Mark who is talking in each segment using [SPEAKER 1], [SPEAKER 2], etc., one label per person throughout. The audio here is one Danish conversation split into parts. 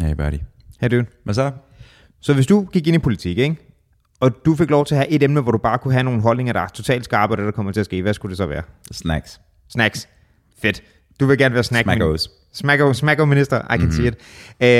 [SPEAKER 1] Hey buddy.
[SPEAKER 2] Hey dude.
[SPEAKER 1] Hvad så?
[SPEAKER 2] Så hvis du gik ind i politik, ikke? og du fik lov til at have et emne, hvor du bare kunne have nogle holdninger, der er totalt skarpe, og det der kommer til at ske, hvad skulle det så være?
[SPEAKER 1] Snacks.
[SPEAKER 2] Snacks. Fedt. Du vil gerne være snack.
[SPEAKER 1] Smackos.
[SPEAKER 2] Smacko, smacko minister, I can mm-hmm. see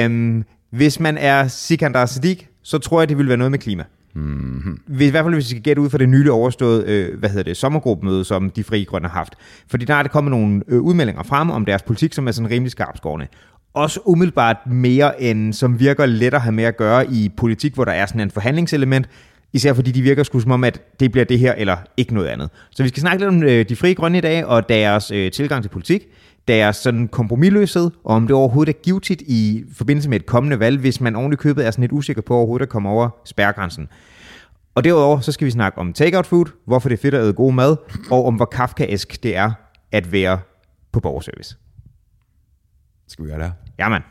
[SPEAKER 2] it. Øhm, hvis man er Sikandar Siddiq, så tror jeg, det ville være noget med klima. Mm-hmm. Hvis, I hvert fald, hvis vi skal gætte ud fra det nylig overståede øh, hvad hedder det, sommergruppemøde, som de frie grønne har haft. Fordi der er der kommet nogle øh, udmeldinger frem om deres politik, som er sådan rimelig skarpskårende. Også umiddelbart mere end, som virker let at have med at gøre i politik, hvor der er sådan en forhandlingselement. Især fordi de virker sgu som om, at det bliver det her eller ikke noget andet. Så vi skal snakke lidt om øh, de frie grønne i dag og deres øh, tilgang til politik deres sådan kompromilløshed, og om det overhovedet er givetigt i forbindelse med et kommende valg, hvis man ordentligt købet er sådan lidt usikker på overhovedet at komme over spærregrænsen. Og derudover så skal vi snakke om takeout food, hvorfor det er fedt at æde god mad, og om hvor kafkaesk det er at være på borgerservice.
[SPEAKER 1] Skal vi gøre det her?
[SPEAKER 2] Jamen.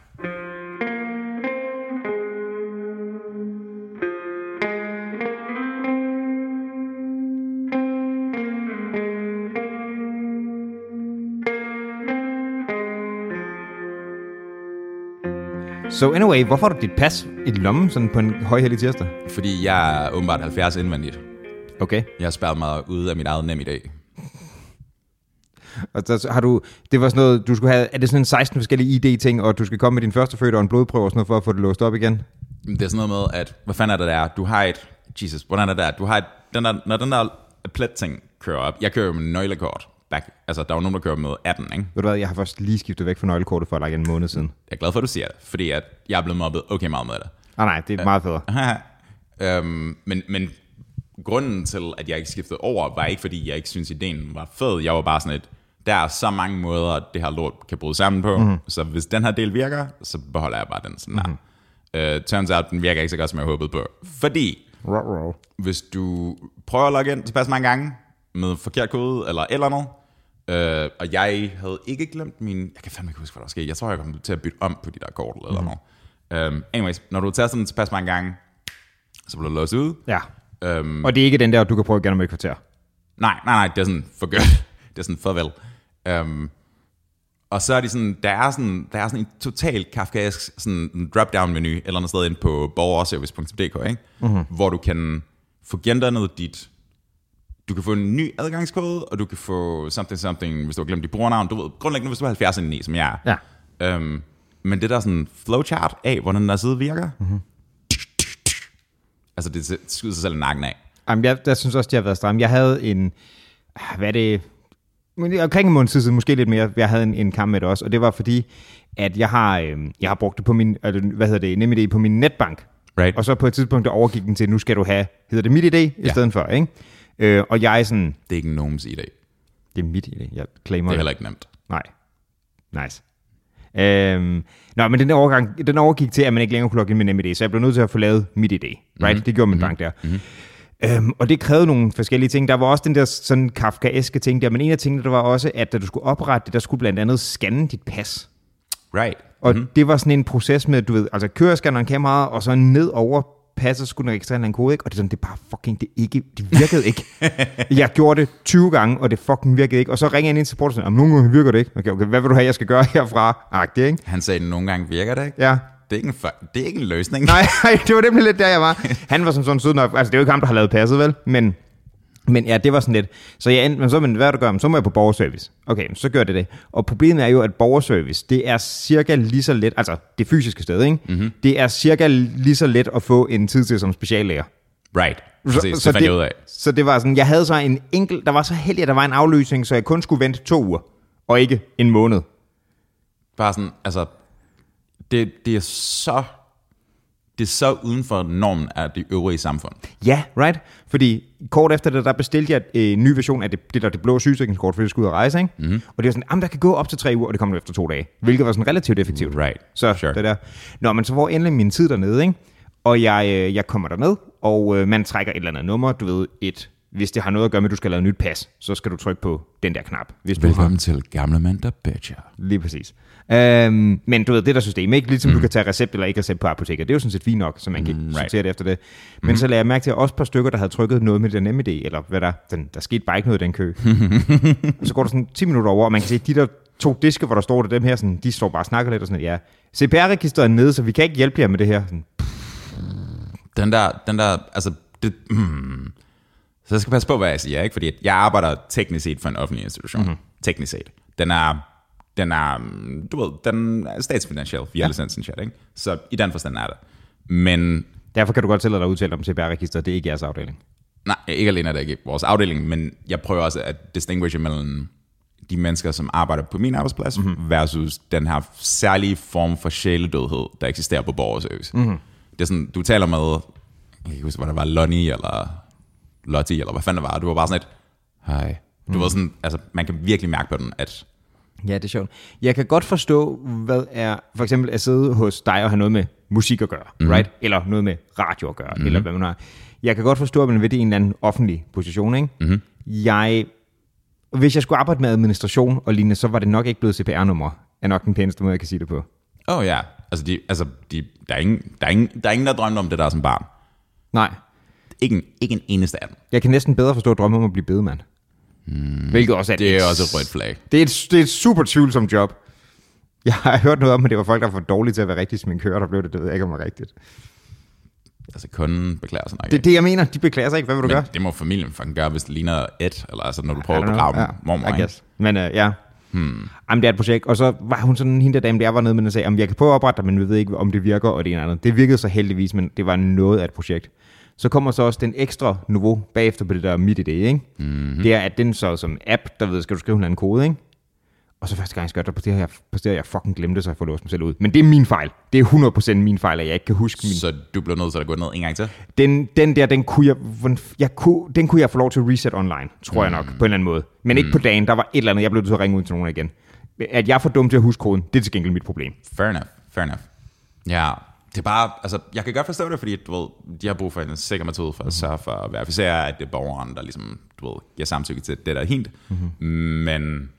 [SPEAKER 2] So anyway, hvorfor har du dit pas i lommen sådan på en højhellig tirsdag?
[SPEAKER 1] Fordi jeg er åbenbart 70 indvendigt.
[SPEAKER 2] Okay.
[SPEAKER 1] Jeg har spærret mig ude af mit eget nem i dag.
[SPEAKER 2] Og så har du, det var sådan noget, du skulle have, er det sådan en 16 forskellige ID-ting, og du skal komme med din første fødte og en blodprøve og sådan noget, for at få det låst op igen?
[SPEAKER 1] Det er sådan noget med, at hvad fanden er det der? Du har et... Jesus, hvordan er det der? Du har et... Den der, når den der plet-ting kører op... Jeg kører jo med nøglekort. Back. Altså, der er jo nogen, der kører med 18, ikke?
[SPEAKER 2] Ved du hvad, jeg har først lige skiftet væk fra nøglekortet for like en måned siden.
[SPEAKER 1] Jeg er glad for, at du siger det, fordi at jeg er blevet mobbet okay meget med det.
[SPEAKER 2] Ah, nej, det er meget federe.
[SPEAKER 1] øhm, men, men grunden til, at jeg ikke skiftede over, var ikke, fordi jeg ikke synes ideen var fed. Jeg var bare sådan et, der er så mange måder, at det her lort kan bryde sammen på, mm-hmm. så hvis den her del virker, så beholder jeg bare den sådan der. Mm-hmm. Øh, turns out, den virker ikke så godt, som jeg håbede på. Fordi,
[SPEAKER 2] Row, row.
[SPEAKER 1] hvis du prøver at logge ind tilpas mange gange med forkert kode eller et eller andet, øh, og jeg havde ikke glemt min... Jeg kan fandme ikke huske, hvad der skete. Jeg tror, jeg kom til at bytte om på de der kort eller mm. noget. Um, anyways, når du tager sådan tilpas mange gange, så bliver du låst ud.
[SPEAKER 2] Ja.
[SPEAKER 1] Um,
[SPEAKER 2] Og det er ikke den der, du kan prøve igen om et kvarter.
[SPEAKER 1] nej, nej, nej, det er sådan, for godt. det er sådan, farvel. Um, og så er de sådan, der er sådan, der er sådan en total kafkaisk sådan drop-down-menu, et eller andet sted ind på borgerservice.dk, ikke? Mm-hmm. hvor du kan få gendannet dit du kan få en ny adgangskode, og du kan få something something, hvis du har glemt dit brugernavn. Du ved, grundlæggende, hvis du er 70 inden i, E, som jeg er. Ja. Øhm, men det der sådan flowchart af, hvordan den der side virker, mm-hmm. altså det skyder sig selv i nakken af.
[SPEAKER 2] Jamen, jeg, der synes også, det har været stramt. Jeg havde en, ah, hvad er det, men omkring en måned siden, måske lidt mere, jeg havde en, en kamp med det også, og det var fordi, at jeg har, øh, jeg har brugt det på min, eller, hvad hedder det, NemID på min netbank.
[SPEAKER 1] Right.
[SPEAKER 2] Og så på et tidspunkt, der overgik den til, nu skal du have, hedder det mit idé, i
[SPEAKER 1] Ja.
[SPEAKER 2] stedet for, ikke? Øh, og jeg er sådan,
[SPEAKER 1] Det er ikke nogens idé. Det
[SPEAKER 2] det er mit idé, jeg claimer
[SPEAKER 1] er heller ikke nemt.
[SPEAKER 2] Nej. Nice. Øhm, nå, men den, overgang, den overgik til, at man ikke længere kunne logge ind med NemID, så jeg blev nødt til at få lavet mit idé. Right?
[SPEAKER 1] Mhm.
[SPEAKER 2] Mm-hmm. Det gjorde min bank der. Mm-hmm. Øhm, og det krævede nogle forskellige ting. Der var også den der sådan kafkaeske ting der, men en af tingene, der var også, at da du skulle oprette det, der skulle blandt andet scanne dit pas.
[SPEAKER 1] Right.
[SPEAKER 2] Og mm-hmm. det var sådan en proces med, du ved, altså køreskanneren kameraet, og så ned over passet skulle den registrere en eller anden kode, ikke? Og det er sådan, det er bare fucking, det, ikke, det virkede ikke. jeg gjorde det 20 gange, og det fucking virkede ikke. Og så ringer jeg ind til supporter og sådan, "Jamen, nogle gange virker det ikke. Okay, okay, hvad vil du have, jeg skal gøre herfra? Agtigt, ikke?
[SPEAKER 1] Han sagde, at nogle gange virker det ikke.
[SPEAKER 2] Ja.
[SPEAKER 1] Det, er ikke en, fu- det er ikke en løsning.
[SPEAKER 2] Nej, nej, det var nemlig lidt der, jeg var. Han var som sådan sød nok. Altså, det er jo ikke ham, der har lavet passet, vel? Men, men ja, det var sådan lidt. Så jeg endte, men så, men hvad er det, du gør? Men Så må jeg på borgerservice. Okay, men så gør det det. Og problemet er jo, at borgerservice, det er cirka lige så let, altså det fysiske sted, ikke?
[SPEAKER 1] Mhm.
[SPEAKER 2] Mm-hmm. Det er cirka lige så let at få en tid til som speciallæger.
[SPEAKER 1] Right. Præcis, så, det fandt jeg ud af.
[SPEAKER 2] så det var sådan, jeg havde så en enkelt, der var så heldig, at der var en afløsning, så jeg kun skulle vente to uger, og ikke en måned.
[SPEAKER 1] Bare sådan, altså, det, det er så det er så uden for normen af det øvrige samfund.
[SPEAKER 2] Ja, right? Fordi kort efter det, der bestilte jeg øh, en ny version af det, det der det blå sygesikringskort, fordi jeg skulle ud og rejse, ikke? Mm-hmm. Og det var sådan, jamen der kan gå op til tre uger, og det kom nu efter to dage, hvilket var sådan relativt effektivt.
[SPEAKER 1] Right.
[SPEAKER 2] Så
[SPEAKER 1] Sure.
[SPEAKER 2] sure. det der. Nå, men så får jeg endelig min tid dernede, ikke? Og jeg, øh, jeg kommer derned, og øh, man trækker et eller andet nummer, du ved, et. Hvis det har noget at gøre med, at du skal lave nyt pas, så skal du trykke på den der knap. Hvis du har-
[SPEAKER 1] til gamle mænd, der bitcher.
[SPEAKER 2] Lige præcis. Øhm, men du ved, det der system, ikke? Ligesom mm. du kan tage recept eller ikke recept på apoteket. Det er jo sådan set fint nok, så man kan mm,
[SPEAKER 1] right.
[SPEAKER 2] right. sortere det efter det. Men mm. så lagde jeg mærke til, at også et par stykker, der havde trykket noget med den E nemme idé, eller hvad der, den, der skete bare ikke noget i den kø. og så går der sådan 10 minutter over, og man kan se, at de der to diske, hvor der står det, dem her, sådan, de står bare og snakker lidt og sådan, ja, CPR-registeret er nede, så vi kan ikke hjælpe jer med det her. Sådan,
[SPEAKER 1] Den der, den der, altså, det, mm. Så jeg skal passe på, hvad jeg siger, ikke? Fordi jeg arbejder teknisk set for en offentlig institution. Mm-hmm. Teknisk set. Den er, den er, mm, du ved, den er statsfinansiel via ja. licensen chat, ikke? Så i den forstand er det. Men
[SPEAKER 2] derfor kan du godt tillade dig at udtale om CPR-registeret, det er ikke jeres afdeling.
[SPEAKER 1] Nej, ikke alene er det ikke vores afdeling, men jeg prøver også at distinguish mellem de mennesker, som arbejder på min arbejdsplads, mm-hmm. versus den her særlige form for sjæledødhed, der eksisterer på borgerservice. Mm-hmm. Det er sådan, du taler med, jeg kan ikke huske, hvad der var, Lonnie eller Lottie, eller hvad fanden det var, og du var bare sådan et, hej. Du mm. var sådan, altså, man kan virkelig mærke på den, at
[SPEAKER 2] Ja, det er sjovt. Jeg kan godt forstå, hvad er for eksempel at sidde hos dig og have noget med musik at gøre,
[SPEAKER 1] Mhm.
[SPEAKER 2] mm. right? Eller noget med radio at gøre, mm. eller hvad man har. Jeg kan godt forstå, at man vil det i en eller anden offentlig position, ikke?
[SPEAKER 1] Mhm.
[SPEAKER 2] Mm. Jeg, hvis jeg skulle arbejde med administration og lignende, så var det nok ikke blevet CPR-nummer, er nok den pæneste måde, jeg kan sige det på.
[SPEAKER 1] Åh oh, ja, altså, de, altså de, der, er ingen, der, er ingen, der er ingen, der drømte om det der som barn.
[SPEAKER 2] Nej,
[SPEAKER 1] Ikke en, ikke en eneste af dem.
[SPEAKER 2] jeg kan næsten bedre forstå drømme om at blive bedemand. Mm. Hvilket også er
[SPEAKER 1] Mhm. Det er også et rødt flag.
[SPEAKER 2] Det er, et, det er et super tvivlsomt job. Jeg har hørt noget om, at det var folk, der var for dårlige til at være rigtige som en kører, der blev det. Det ved jeg ikke, om det er rigtigt.
[SPEAKER 1] Altså, kunden beklager sig nok
[SPEAKER 2] Det er det, jeg mener. De beklager sig ikke. Hvad vil du gøre?
[SPEAKER 1] Men det må familien fucking gøre, hvis det ligner et, eller altså, når du prøver
[SPEAKER 2] I
[SPEAKER 1] at
[SPEAKER 2] don't know.
[SPEAKER 1] begrave
[SPEAKER 2] Ja,
[SPEAKER 1] yeah, mormor.
[SPEAKER 2] I
[SPEAKER 1] ikke?
[SPEAKER 2] guess. Men øh, ja. Hmm. Jamen, det er et projekt. Og så var hun sådan, hende der dame, der var nede med den og sagde, om jeg kan prøve at oprette dig, men vi ved ikke, om det virker, og det ene og andet. Det virkede så heldigvis, men det var noget af et projekt. Så kommer så også den ekstra niveau bagefter på det der midt i det, ikke?
[SPEAKER 1] Mhm.
[SPEAKER 2] Mm-hmm. Det er, at den så som app, der ved, skal du skrive en eller anden kode, ikke? Og så første gang, jeg skal gøre det, der præsterer jeg, præsterer jeg fucking glemte, så jeg får låst mig selv ud. Men det er min fejl. Det er 100% min fejl, at jeg ikke kan huske min
[SPEAKER 1] Så du bliver nødt til at gå ned en gang til?
[SPEAKER 2] den, den der, den kunne jeg, hvordan- jeg kunne, den kunne jeg få lov til at reset online, tror jeg nok, på en eller anden måde. Men ikke på dagen, der var et eller andet, jeg blev nødt til at ringe ud til nogen igen. At jeg er for dum til at huske koden, det er til gengæld mit problem.
[SPEAKER 1] Fair enough, fair enough. Ja, det er bare, altså, jeg kan godt forstå det, fordi du ved, de har brug for en sikker metode
[SPEAKER 2] Mhm.
[SPEAKER 1] for at sørge for at verificere, at det er borgeren, der ligesom, du ved, giver samtykke til det, der er hent. Mm-hmm.
[SPEAKER 2] Mhm.
[SPEAKER 1] Men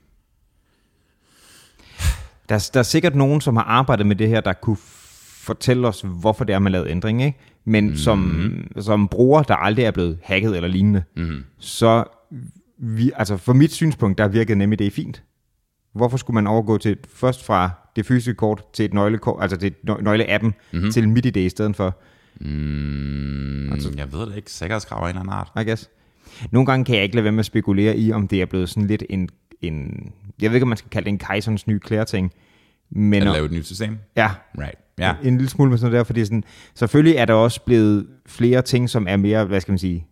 [SPEAKER 2] Der, er- der er sikkert nogen, som har arbejdet med det her, der kunne f- fortælle os, hvorfor det er, man lavede ændring, ikke? Men mm-hmm. som, som bruger, der aldrig er blevet hacket eller lignende, mm-hmm. så vi, altså for mit synspunkt, der virkede nemlig det fint. Hvorfor skulle man overgå til først fra det fysiske kort til et nøglekort, altså til et nø- nøgleappen, mm-hmm. til midt i det i stedet for?
[SPEAKER 1] mm, altså, jeg ved det ikke, sikkerhedskrav af en eller anden art.
[SPEAKER 2] I guess. Nogle gange kan jeg ikke lade være med at spekulere i, om det er blevet sådan lidt en... en jeg ved ikke, om man skal kalde det en kejserens nye klæreting. Men
[SPEAKER 1] At lave et nyt system?
[SPEAKER 2] ja,
[SPEAKER 1] Right, ja.
[SPEAKER 2] en lille smule med sådan noget der, fordi sådan, selvfølgelig er der også blevet flere ting, som er mere, hvad skal man sige,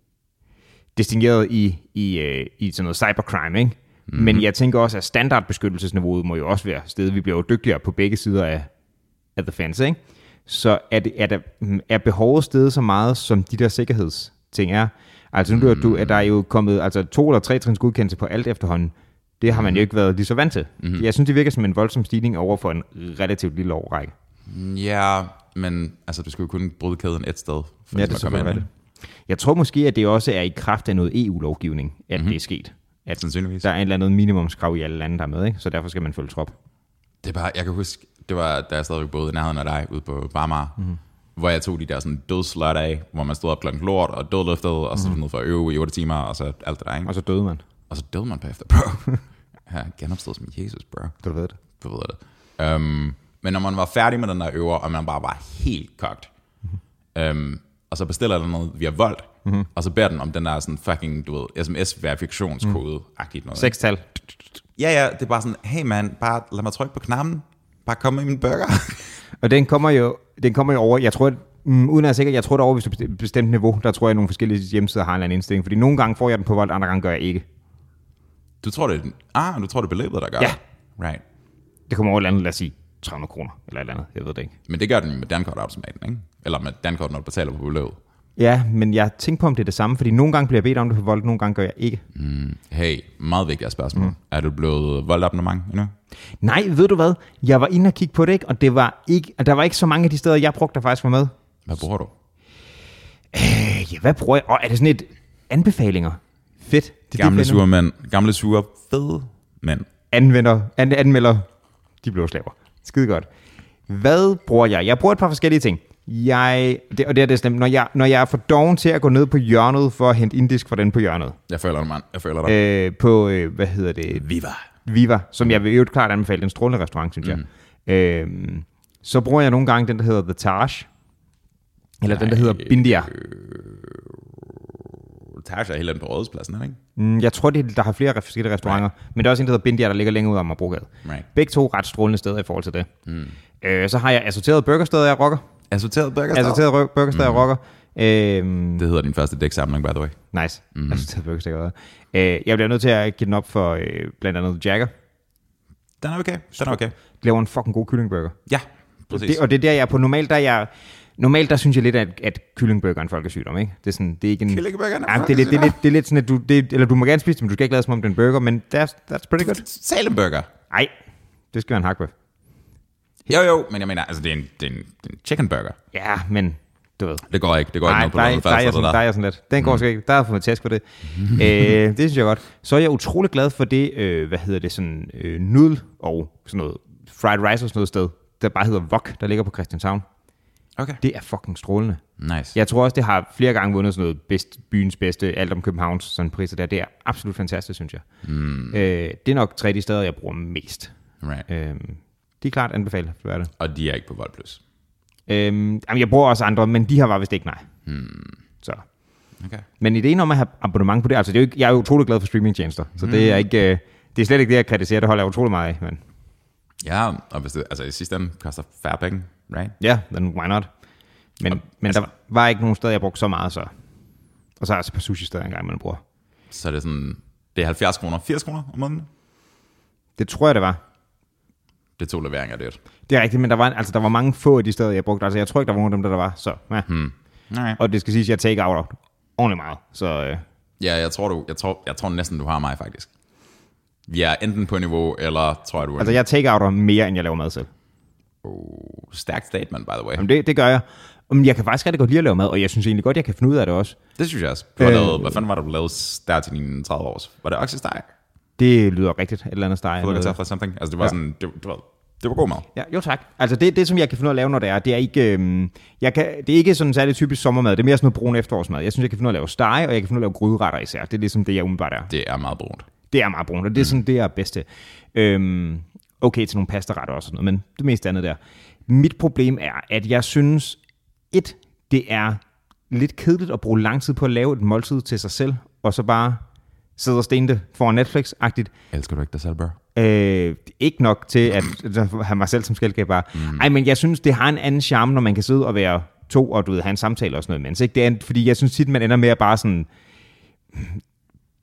[SPEAKER 2] distingueret i, i, øh, i sådan noget cybercrime, ikke? Mm-hmm. Men jeg tænker også, at standardbeskyttelsesniveauet må jo også være stedet. Vi bliver jo dygtigere på begge sider af, af the fence, ikke? Så er, det, er, der, mm, er behovet stedet så meget, som de der sikkerhedsting er? Altså nu mm-hmm. du, at der er jo kommet altså, to eller tre trins godkendelse på alt efterhånden. Det har man jo ikke været lige så vant til. Mm-hmm. Jeg synes, det virker som en voldsom stigning over for en relativt lille årrække.
[SPEAKER 1] Ja, men altså, du skal jo kun bryde kæden et sted. For
[SPEAKER 2] Ja,
[SPEAKER 1] ligesom at komme
[SPEAKER 2] det er selvfølgelig
[SPEAKER 1] ind.
[SPEAKER 2] rigtigt. Jeg tror måske, at det også er i kraft af noget EU-lovgivning, at mm-hmm. det er sket. At
[SPEAKER 1] Sandsynligvis.
[SPEAKER 2] der er et eller andet minimumskrav i alle lande, der er med, ikke? så derfor skal man følge trop.
[SPEAKER 1] Det er bare, jeg kan huske, det var, da jeg stadigvæk boede i nærheden af dig, ude på Barmar, mm. hvor jeg tog de der sådan dødslot af, hvor man stod op klokken lort og dødløftede, og så mm. ned for at øve i 8 timer, og så alt det der, ikke?
[SPEAKER 2] Og så døde man.
[SPEAKER 1] Og så døde man bagefter, bro. ja, genopstod som Jesus, bro.
[SPEAKER 2] Du ved det.
[SPEAKER 1] Du ved det. Um, men når man var færdig med den der øver, og man bare var helt kogt, um, og så bestiller den noget via Volt, mm-hmm. og så beder den om den der sådan fucking, du ved, sms-verifikationskode-agtigt noget.
[SPEAKER 2] Seks tal.
[SPEAKER 1] Ja, ja, det er bare sådan, hey man, bare lad mig trykke på knappen, bare kom med min burger.
[SPEAKER 2] Og den kommer jo, den kommer jo over, jeg tror, at, mm, uden at jeg er sikker, jeg tror det er over hvis et bestemt- bestemt niveau, der tror jeg, at nogle forskellige hjemmesider har en eller anden indstilling, fordi nogle gange får jeg den på vold, andre gange gør jeg ikke.
[SPEAKER 1] Du tror, det er, ah, du tror, det er beløbet, der gør
[SPEAKER 2] Ja.
[SPEAKER 1] det? Right.
[SPEAKER 2] Det kommer over et eller andet, lad os sige, 300 kroner, eller et eller andet, jeg ved det ikke.
[SPEAKER 1] Men det gør den jo med dankortautomaten, ikke? Eller med dankort, når du betaler på beløbet.
[SPEAKER 2] Ja, men jeg tænker på, om det er det samme, fordi nogle gange bliver jeg bedt om det på vold, nogle gange gør jeg ikke.
[SPEAKER 1] Hey, meget vigtigt spørgsmål. Mm. Er du blevet voldabonnement endnu?
[SPEAKER 2] Nej, ved du hvad? Jeg var inde og kigge på det, ikke? og det var ikke, og der var ikke så mange af de steder, jeg brugte, der faktisk var med.
[SPEAKER 1] Hvad bruger du?
[SPEAKER 2] Øh, ja, hvad bruger jeg? Og er det sådan et anbefalinger? Fedt. Det, er det,
[SPEAKER 1] Gamle
[SPEAKER 2] jeg finder.
[SPEAKER 1] sure mænd. Gamle sure fede mænd.
[SPEAKER 2] Anvender, an, anmelder, de blev slaver. Skide godt. Hvad bruger jeg? Jeg bruger et par forskellige ting. Jeg, det, og det er det stemt, når jeg, når jeg er for doven til at gå ned på hjørnet for at hente indisk fra den på hjørnet.
[SPEAKER 1] Jeg føler dig, mand. Jeg føler dig. Øh.
[SPEAKER 2] Øh, på, øh, hvad hedder det?
[SPEAKER 1] Viva.
[SPEAKER 2] Viva, som jeg vil i øvrigt klart anbefale. En strålende restaurant, synes jeg. Mm. Øhm, så bruger jeg nogle gange den, der hedder The Taj. Eller den, der hedder Bindia.
[SPEAKER 1] Taj er helt andet på rådhuspladsen, er det ikke?
[SPEAKER 2] Mm, Jeg tror, det er, der har flere forskellige restauranter, men der er også en, der hedder Bindia, der ligger længere ud af Amagerbrogade.
[SPEAKER 1] Right.
[SPEAKER 2] Begge to ret strålende steder i forhold til det. Mm. Øh, så har jeg assorteret burgersteder, jeg rocker.
[SPEAKER 1] Assorteret burger
[SPEAKER 2] Assorteret rø- burgersteder, mm. jeg rocker. Øhm,
[SPEAKER 1] Det hedder din første dæksamling, by the way.
[SPEAKER 2] nice. Mm. Assorteret burgersteder. Øh, jeg bliver nødt til at give den op for øh, blandt andet Jagger.
[SPEAKER 1] Den er okay. Den er okay.
[SPEAKER 2] De laver en fucking god kyllingburger.
[SPEAKER 1] Ja, præcis.
[SPEAKER 2] Det, og det er der, jeg er på. Normalt, der er jeg... Normalt, der synes jeg lidt, at, at kyllingburger er en folkesygdom, ikke? Det er sådan, det er ikke en...
[SPEAKER 1] Kyllingeburger er en
[SPEAKER 2] ja, det, er lidt, det, er lidt, det er lidt sådan, at du, det, eller du må gerne spise dem, du skal ikke lade som om den burger, men that's, that's pretty good.
[SPEAKER 1] Salem burger.
[SPEAKER 2] Nej, det skal være en hakbøf.
[SPEAKER 1] Jo, jo, men jeg mener, altså, det er en, det er en, det er en chicken burger.
[SPEAKER 2] Ja, men du ved.
[SPEAKER 1] Det går ikke. Det går ikke
[SPEAKER 2] Nej,
[SPEAKER 1] noget på
[SPEAKER 2] der, er,
[SPEAKER 1] noget.
[SPEAKER 2] der, er jeg sådan, der er jeg sådan lidt. Den går mm. ikke. Der har jeg fået tæsk for det. øh, det synes jeg godt. Så er jeg utrolig glad for det, øh, hvad hedder det, sådan øh, nudel og sådan noget fried rice og sådan noget sted, der bare hedder Vok, der ligger på Christianshavn.
[SPEAKER 1] Okay.
[SPEAKER 2] Det er fucking strålende.
[SPEAKER 1] Nice.
[SPEAKER 2] Jeg tror også, det har flere gange vundet sådan noget bedst, byens bedste, alt om Københavns sådan priser der. Det er absolut fantastisk, synes jeg. Mm. Øh, det er nok tre af de steder, jeg bruger mest.
[SPEAKER 1] Right.
[SPEAKER 2] Øh, de er klart anbefalet, for det.
[SPEAKER 1] Og de er ikke på Volt Plus.
[SPEAKER 2] Øhm, jamen, jeg bruger også andre, men de her var vist ikke nej. Hmm. Så.
[SPEAKER 1] Okay.
[SPEAKER 2] Men ideen om at have abonnement på det, altså det er jo ikke, jeg er jo utrolig glad for streamingtjenester, så det er ikke, øh, det er slet ikke det, jeg kritiserer, det holder jeg utrolig meget af, men
[SPEAKER 1] Ja, og hvis det, altså i sidste ende koster færre penge, right?
[SPEAKER 2] ja, yeah, then why not? Men, og, men altså, der var ikke nogen steder, jeg brugte så meget, så. Og så er der altså på sushi steder engang, man bruger.
[SPEAKER 1] Så er det sådan, det er 70 kroner, 80 kroner om måneden.
[SPEAKER 2] Det tror jeg, det var.
[SPEAKER 1] Det er to leveringer, det er det.
[SPEAKER 2] Det er rigtigt, men der var, altså, der var mange få af de steder, jeg brugte. Altså, jeg tror ikke, der var nogen af dem, der, der var. Så, ja. hmm.
[SPEAKER 1] Nej.
[SPEAKER 2] Og det skal siges, at jeg take out ordentligt meget. Så øh,
[SPEAKER 1] Ja, jeg tror, du, jeg, tror, jeg tror næsten, du har mig faktisk. Vi er enten på niveau, eller tror jeg, du er
[SPEAKER 2] altså, jeg take out mere, end jeg laver mad selv.
[SPEAKER 1] oh, stærkt statement, by the way.
[SPEAKER 2] Jamen, det, det gør jeg. Men jeg kan faktisk rigtig godt lide at lave mad, og jeg synes egentlig godt, jeg kan finde ud af det også.
[SPEAKER 1] Det synes jeg også. Du har
[SPEAKER 2] Øh.
[SPEAKER 1] lavet, hvad fanden var det, du lavede der til dine 30 års? Var det oksesteg?
[SPEAKER 2] Det lyder rigtigt, et eller andet steg.
[SPEAKER 1] Burger taffel something? Altså, det var
[SPEAKER 2] Øh, Ja.
[SPEAKER 1] sådan, det, det, var, det var god mad.
[SPEAKER 2] Ja, jo tak. Altså det, det, som jeg kan finde ud af at lave, når det er, det er ikke, øhm, jeg kan, det er ikke sådan særlig typisk sommermad. Det er mere sådan noget brun efterårsmad. Jeg synes, jeg kan finde ud af at lave steg, og jeg kan finde ud af at lave gryderetter især. Det er ligesom det, jeg umiddelbart er.
[SPEAKER 1] Det er meget brunt.
[SPEAKER 2] Det er meget brunt, og det er sådan, det er bedste. Øhm, okay til nogle pastaretter og sådan noget, men det meste andet der. Mit problem er, at jeg synes, et, det er lidt kedeligt at bruge lang tid på at lave et måltid til sig selv, og så bare sidde og stene det foran Netflix-agtigt.
[SPEAKER 1] Elsker du ikke dig selv, bro?
[SPEAKER 2] Øh, ikke nok til at at have mig selv som skældgaber. Mm. Ej, men jeg synes, det har en anden charme, når man kan sidde og være to, og du ved, have en samtale og sådan noget imens. Ikke? Det er, en- fordi jeg synes tit, man ender med at bare sådan...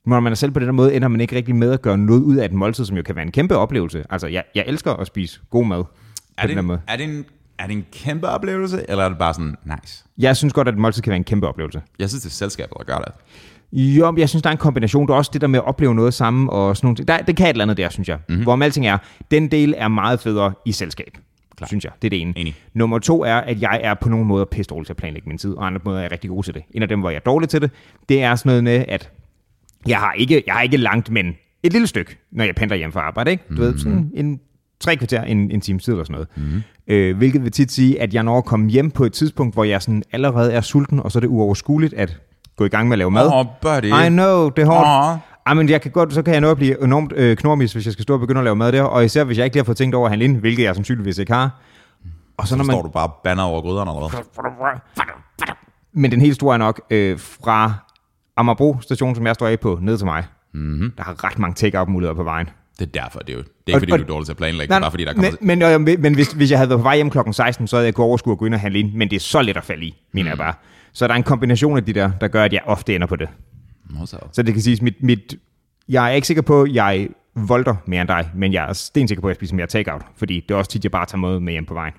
[SPEAKER 2] Når man er selv på den her måde, ender man ikke rigtig med at gøre noget ud af et måltid, som jo kan være en kæmpe oplevelse. Altså, jeg, jeg elsker at spise god mad
[SPEAKER 1] Er
[SPEAKER 2] på den
[SPEAKER 1] det,
[SPEAKER 2] her
[SPEAKER 1] en,
[SPEAKER 2] måde.
[SPEAKER 1] er, det en, er det en kæmpe oplevelse, eller er det bare sådan, nice?
[SPEAKER 2] Jeg synes godt, at et måltid kan være en kæmpe oplevelse.
[SPEAKER 1] Jeg synes, det er selskabet, der gør det.
[SPEAKER 2] Jo, men jeg synes, der er en kombination. Der er også det der med at opleve noget sammen og sådan nogle ting. Der, det kan et eller andet der, synes jeg. Mm-hmm. Hvorom alting er, den del er meget federe i selskab. Klar. Synes jeg. Det er det ene.
[SPEAKER 1] Enig.
[SPEAKER 2] Nummer to er, at jeg er på nogle måder pisse dårlig til at planlægge min tid, og andre måder er jeg rigtig god til det. En af dem, hvor jeg er dårlig til det, det er sådan noget med, at jeg har ikke, jeg har ikke langt, men et lille stykke, når jeg pendler hjem fra arbejde. Ikke? Du mm-hmm. ved, sådan en tre kvarter, en, en times tid eller sådan noget. Mm-hmm. Øh, hvilket vil tit sige, at jeg når at komme hjem på et tidspunkt, hvor jeg sådan allerede er sulten, og så er det uoverskueligt at gå i gang med at lave mad.
[SPEAKER 1] Åh, oh, buddy.
[SPEAKER 2] I know, det er hårdt.
[SPEAKER 1] Åh.
[SPEAKER 2] Ej, men jeg kan godt, så kan jeg nå at blive enormt øh, knormis, hvis jeg skal stå og begynde at lave mad der, og især hvis jeg ikke lige har fået tænkt over at handle ind, hvilket jeg sandsynligvis ikke har. Og så, når
[SPEAKER 1] Så
[SPEAKER 2] man,
[SPEAKER 1] står du bare og banner over gryderne eller hvad?
[SPEAKER 2] Men den helt store er nok øh, fra Amagerbro station, som jeg står af på, ned til mig. Mm-hmm. Der har ret mange take-out-muligheder på vejen.
[SPEAKER 1] Mhm. Det er derfor, det er jo. Det er ikke, fordi
[SPEAKER 2] og-
[SPEAKER 1] du er dårlig til at planlægge, det er bare fordi, der kommer...
[SPEAKER 2] men, men, øh, men, men hvis, hvis jeg havde været på vej hjem klokken 16, så havde jeg kunne overskue at gå ind og handle ind, men det er så let at falde i, mener mm.
[SPEAKER 1] Mhm.
[SPEAKER 2] jeg bare. Så der er en kombination af de der, der gør, at jeg ofte ender på det.
[SPEAKER 1] Nå, så.
[SPEAKER 2] Så det kan siges, mit, mit, jeg er ikke sikker på, at jeg volder mere end dig, men jeg er stensikker på, at jeg spiser mere takeout, fordi det er også tit, jeg bare tager noget med hjem på vejen.